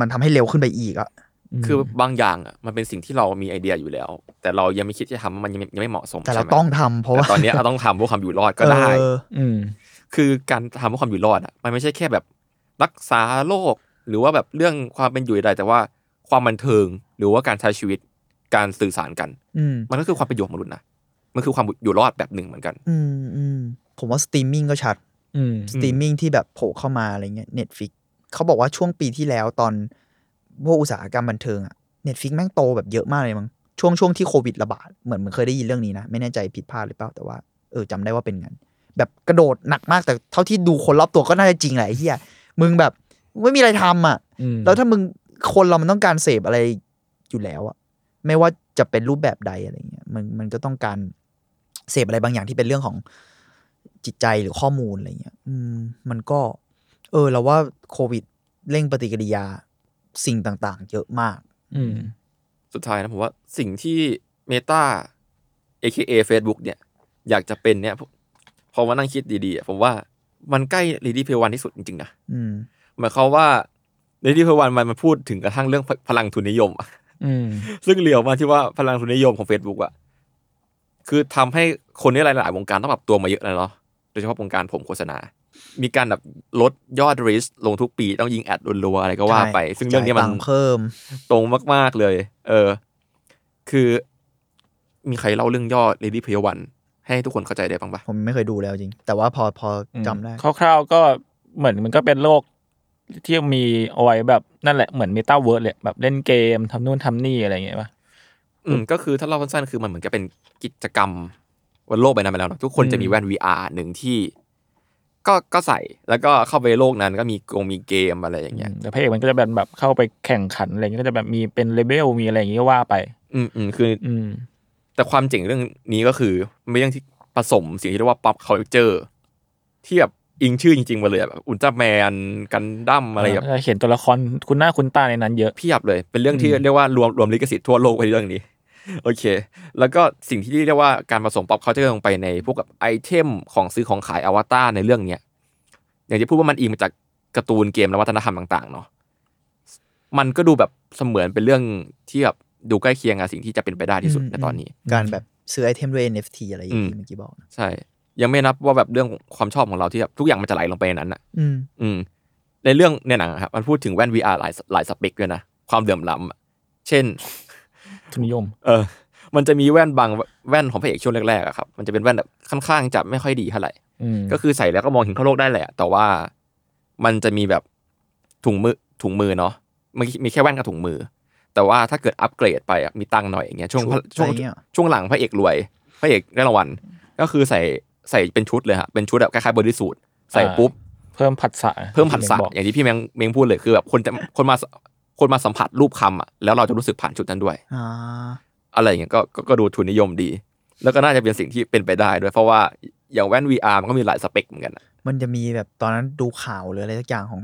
มันทำให้เร็วขึ้นไปอีกอะ คือบางอย่างอ่ะมันเป็นสิ่งที่เรามีไอเดียอยู่แล้ว แต่เรายังไม่คิดจะทำมันยังไม่ยังไม่เหมาะสม แต่เรา ใช่ไหม ต้องทำเพราะว่า แต่ตอนเนี้ยเราต้องทำเพื่อความอยู่รอดก็ได้ เออ อืม คือการทำเพื่อความอยู่รอดอ่ะมันไม่ใช่แค่แบบรักษาโรคหรือว่าแบบเรื่องความเป็นอยู่ใดๆแต่ว่าความบันเทิงหรือว่าการใช้ชีวิตการสื่อสารกัน อืม มันก็คือความเป็นอยู่ของมนุษย์นะมันคือความอยู่รอดแบบหนึ่งเหมือนกัน อืมอืมผมว่าสตรีมมิ่งก็ชัด อืม สตรีมมิ่งที่แบบโผล่เข้ามาอะไรเงี้ย Netflix เขาบอกว่าช่วงปีที่แล้วตอนพวกอุตสาหกรรมบันเทิงอะ Netflix แม่งโตแบบเยอะมากเลยมั้งช่วงช่วงที่โควิดระบาดเหมือนเหมือนเคยได้ยินเรื่องนี้นะ ไม่แน่ใจผิดพลาดหรือเปล่าแต่ว่าเออจำได้ว่าเป็นงั้น แบบกระโดดหนักมากแต่เท่าที่ดูคนรอบตัวก็น่าจะจริงแหละไอ้เหี้ยมึงแบบไม่มีอะไรทำอ่ะ อืม แล้วถ้ามึงคนเรามันต้องการเสพอะไรอยู่แล้วอะไม่ว่าจะเป็นรูปแบบใดอะไรเงี้ยมันมันก็ต้องการเสพอะไรบางอย่างที่เป็นเรื่องของจิตใจหรือข้อมูลอะไรเงี้ย อืม มันก็ เออ เราว่าโควิดเร่งปฏิกิริยาสิ่งต่างๆ เยอะมาก อืม สุดท้ายนะผมว่าสิ่งที่ Meta AKA Facebook เนี่ย อยากจะเป็นเนี่ยผมพอมานั่งคิดดีๆอะผมว่ามันใกล้ r e a d y p l a y One ที่สุดจริงๆนะ อืม หมายความว่า r e a d y p l a y One มันมาพูดถึงกระทั่งเรื่องพพลังทุนนิยมอะ อืม ซึ่งเหลียวมากที่ว่าพลังทุนนิยมของ Facebook อะคือทำให้คนในหลาย ๆ วงการต้องปรับตัวมาเยอะเลยเนาะโดยเฉพาะวงการผมโฆษณา มีการแบบลดยอดริสลงทุกปีต้องยิงแอดรัวๆอะไรก็ว่าไป ใช่ ซึ่งเรื่องนี้มั จ่ายตั น งค์เพิ่ม ตรงมาก ๆ เลย เออ คือมีใครเล่าเรื่องย่อ Lady p l a y e r One ให้ทุกคนเข้าใจได้บ้างปะ ผมไม่เคยดูแล้วจริง แต่ว่าพอพอจำได้ คร่าวๆก็เหมือนมันก็เป็นโลกที่มีเอาไว้แบบนั่นแหละเหมือนเมตาเวิร์ดเลยแบบเล่นเกมทำนู่นทำนี่อะไรอย่างเงี้ยป่ะ อืม ก็คือถ้าเล่าสั้น ๆ คือมันเหมือนกับเป็นกิจกรรมวันโลกใบนั้นไปแล้วเนอะทุกคนจะมีแว่น VR หนึ่งที่ ก็ก็ใส่แล้วก็เข้าไปโลกนั้น ก็มีกงมีเกมอะไรอย่างเงี้ย แต่พระเอกมันก็จะแบบแบบเข้าไปแข่งขันอะไรเงี้ยก็จะแบบมีเป็นเลเบลมีอะไรอย่างเงี้ยว่าไป อืมอืมคือ อืม แต่ความเจ๋งเรื่องนี้ก็คือมันเป็นเรื่องที่ผสมสิ่งที่เรียกว่า pop culture ที่แบบอิงชื่อจริง ๆ มาเลยอะแบบอุลตร้าแมนกันดั้มอะไรแบบ เเห็นตัวละครคุณหน้าคุณตาในนั้นเยอะ เพียบเลย เป็นเรื่องที่เรียกว่ารวมรวมลิขสิทธิ์ทั่วโลกไว้เรื่องนี้ โอเค แล้วก็สิ่งที่เรียกว่าการผสมป๊อปเขาจะลงไปในพวกกับไอเทมของซื้อของขายอวตารในเรื่องเนี้ยอย่างที่พูดว่ามันอิงมาจากการ์ตูนเกมและวัฒนธรรมต่าง ๆ เนาะมันก็ดูแบบเสมือนเป็นเรื่องที่แบบดูใกล้เคียงกับสิ่งที่จะเป็นไปได้ที่สุด อืม ในตอนนี้ การแบบซื้อไอเทมด้วย NFT อะไรอย่าง อืมที่เมื่อกี้บอกนะ ใช่ ยังไม่นับว่าแบบเรื่องความชอบของเราที่แบบทุกอย่างมันจะไหลลงไปในนั้นอะ อืม อืมในเรื่องในหนังอะครับมันพูดถึงแว่น VR หลายหลายสเปคด้วยนะ ความเดือมล้ำอะเช่น ทุนนิยม เออ มันจะมีแว่นบางแว่นของพระเอกช่วงแรกๆอะครับ มันจะเป็นแว่นแบบค่อนข้างจะไม่ค่อยดีเท่าไหร่ อืม ก็คือใส่แล้วก็มองเห็นข้างโลกได้แหละ แต่ว่ามันจะมีแบบถุงมือถุงมือเนาะมันมีแค่แว่นกับถุงมือ แต่ว่าถ้าเกิดอัปเกรดไปอะมีตังค์หน่อยอย่างเงี้ยช่วง ชุด ช่วง อะไรเงี้ย ช่วงหลังพระเอกรวย พระเอกได้รางวัลก็คือใส่ใส่เป็นชุดเลยฮะเป็นชุดแบบคล้ายๆบอดี้สูทใส่ปุ๊บ เพิ่มผัสสะ เพิ่มผัสสะ บอก อย่างที่พี่แมงเมงพูดเลยคือแบบคนจะคนมาคนมาสัมผัสรูปคำอ่ะแล้วเราจะรู้สึกผ่านจุดนั้นด้วย อ่า อะไรอย่างเงี้ยก็ก็ก็ดูทุนนิยมดี แล้วก็น่าจะเป็นสิ่งที่เป็นไปได้ด้วย เพราะว่าอย่างแว่น VR มันก็มีหลายสเปคเหมือนกันอะ มันจะมีแบบตอนนั้นดูข่าวหรืออะไรสักอย่างของ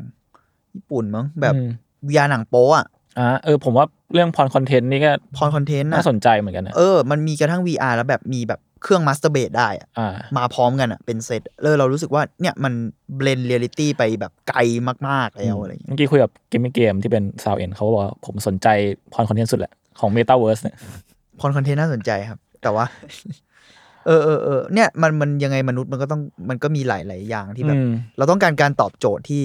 ญี่ปุ่นมั้งแบบ อืม วิญญาณหนังโป๊อะ อ่าเออผมว่าเรื่องพรคอนเทนต์นี่ก็ พรคอนเทนต์ น่า อะ สนใจเหมือนกันนะ เออ มันมีกระทั่ง VR แล้วแบบมีแบบเครื่องมาสเตอร์เบดได้อะ อ่า มาพร้อมกันอะเป็นเซตเออเรารู้สึกว่าเนี่ยมันเบลนเรียลิตี้ไปแบบไกลมาก ๆ แล้วอะไรอย่างเงี้ย เมื่อกี้คุยกับเกมเกมที่เป็นซาวเอ็นเขาบอกว่าผมสนใจพรคอนเทนต์สุดแหละ ของเมตาเวิร์สเนี่ย พรคอนเทนต์น่าสนใจครับ แต่ว่า เออเออเออเนี่ยมันมันยังไงมนุษย์มันก็ต้องมันก็มีหลาย ๆ อย่างที่แบบ อืม เราต้องการการตอบโจทย์ที่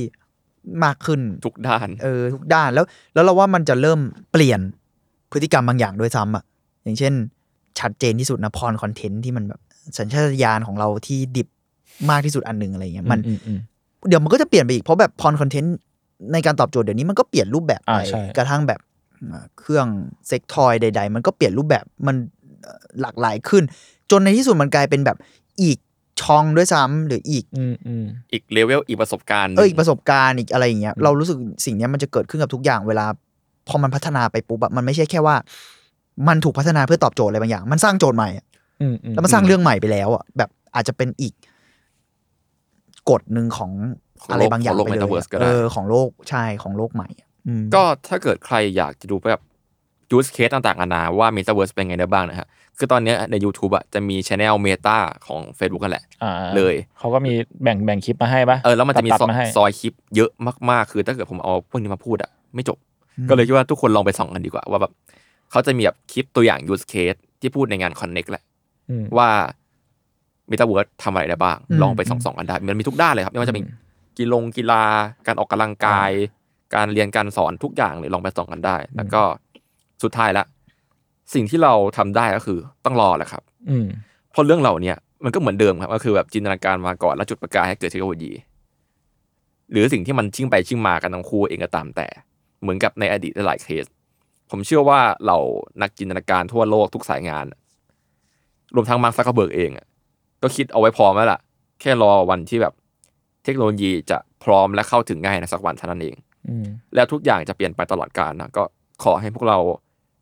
มากขึ้น ทุกด้าน เออทุกด้านแล้วแล้วเราว่ามันจะเริ่มเปลี่ยนพฤติกรรมบางอย่างด้วยซ้ำอ่ะอย่างเช่น ชัดเจนที่สุดนะพรคอนเทนต์ที่มันแบบสัญชาตญาณของเราที่ดิบมากที่สุดอันหนึ่งอะไรเงี้ยมัน อืมอืม เดี๋ยวมันก็จะเปลี่ยนไปอีกเพราะแบบพรคอนเทนต์ในการตอบโจทย์เดี๋ยวนี้มันก็เปลี่ยนรูปแบบไป อ่าใช่ กระทั่งแบบอ่าเครื่องเซ็กทอยใด ๆ มันก็เปลี่ยนรูปแบบมันเอ่อหลากหลายขึ้น จนในที่สุดมันกลายเป็นแบบอีกช่องด้วยซ้ำหรืออีก อืมอืม อีกเลเวลอีกประสบการณ์หนึ่ง เอออีกประสบการณ์อีกอะไรอย่างเงี้ยเรารู้สึกสิ่งเนี้ยมันจะเกิดขึ้นกับทุกอย่างเวลา พอมันพัฒนาไปปุ๊บอะมันไม่ใช่แค่ว่า มันถูกพัฒนาเพื่อตอบโจทย์อะไรบางอย่าง มันสร้างโจทย์ใหม่อะ อืมอืม แล้วมันสร้างเรื่องใหม่ไปแล้วอะแบบอาจจะเป็นอีกกฎหนึ่งของอะไรบางอย่างไป ขโลก เลย Metaverse ก็ เอ ได้ อของโลกใช่ของโลกใหม่อะอืม ก็ถ้าเกิดใครอยากจะดูแบบยูสเคสต่างๆนานาว่าเมตาเวิร์สเป็นไงได้บ้างนะฮะ คือตอนเนี้ยใน YouTube อะจะมีช anel เมตาของ Facebook กันแหละ อ่า เลย เขาก็มีแบ่งแบ่งคลิปมาให้ปะ เออแล้วมันจะมี ตัด ซอ ๆมาให้ ซอยคลิปเยอะมากๆ คือถ้าเกิดผมเอาพวกนี้มาพูดอะไม่จบ ก็เลยคิดว่าทุกคนลองไปส่องกันดีกว่า ว่าแบบเขาจะมีแบบคลิปตัวอย่างยูสเคสที่พูดในงาน Connect แหละ อืม ว่าเมตาเวิร์สทำอะไรได้บ้าง ลองไปส่องๆกันได้ มันมีทุกด้านเลยครับไม่ว่าจะเป็นกีฬงกีฬาการออกกำลังกาย การเรียนการสอนทุกอย่างเลยลองไปส่องกันได้ แล้วก็สุดท้ายละ สิ่งที่เราทำได้ก็คือต้องรอแหละครับ อืม เพราะเรื่องเหล่าเนี้ยมันก็เหมือนเดิมครับก็คือแบบจินตนาการมาก่อนแล้วจุดประกายให้เกิดเทคโนโลยี หรือสิ่งที่มันชิ่งไปชิ่งมากันทั้งคู่เองก็ตามแต่ เหมือนกับในอดีตหลายๆเคส ผมเชื่อว่าเหล่านักจินตนาการทั่วโลกทุกสายงาน รวมทั้งมาร์คซักเคอร์เบิร์กเองอะก็คิดเอาไว้พร้อมแล้วล่ะ แค่รอวันที่แบบเทคโนโลยีจะพร้อมและเข้าถึงง่ายในสักวันเท่านั้นเอง อืม แล้วทุกอย่างจะเปลี่ยนไปตลอดกาลนะก็ขอให้พวกเรา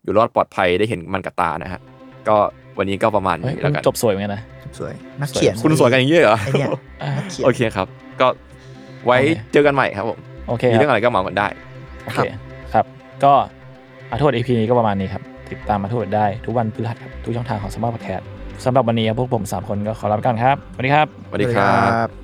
อยู่รอดปลอดภัยได้เห็นมันกับตานะฮะก็วันนี้ก็ประมาณ เฮ้ย นี้แล้วกัน จบสวยเหมือนกันนะ สวยนักเขียน คุณสวยกันอย่างนี้เหรอ ไอเนี่ยนักเขียน โอเคครับ ก็ไว้ โอเค เจอกันใหม่ครับผม โอเค มี ค เรื่ รั อบ งอะไรก็เมากันได้ โอเคครับ ก็อาโทษ EP นี้ก็ประมาณนี้ครับ ติดตามอาโทษได้ทุกวันพฤหัสครับ ทุกช่องทางของสมาร์ทพอดแคสต์สำหรับวันนี้ครับพวกผมสามคนก็ขอลาไปก่อนครับสวัสดีครับ สวัสดีครับ บ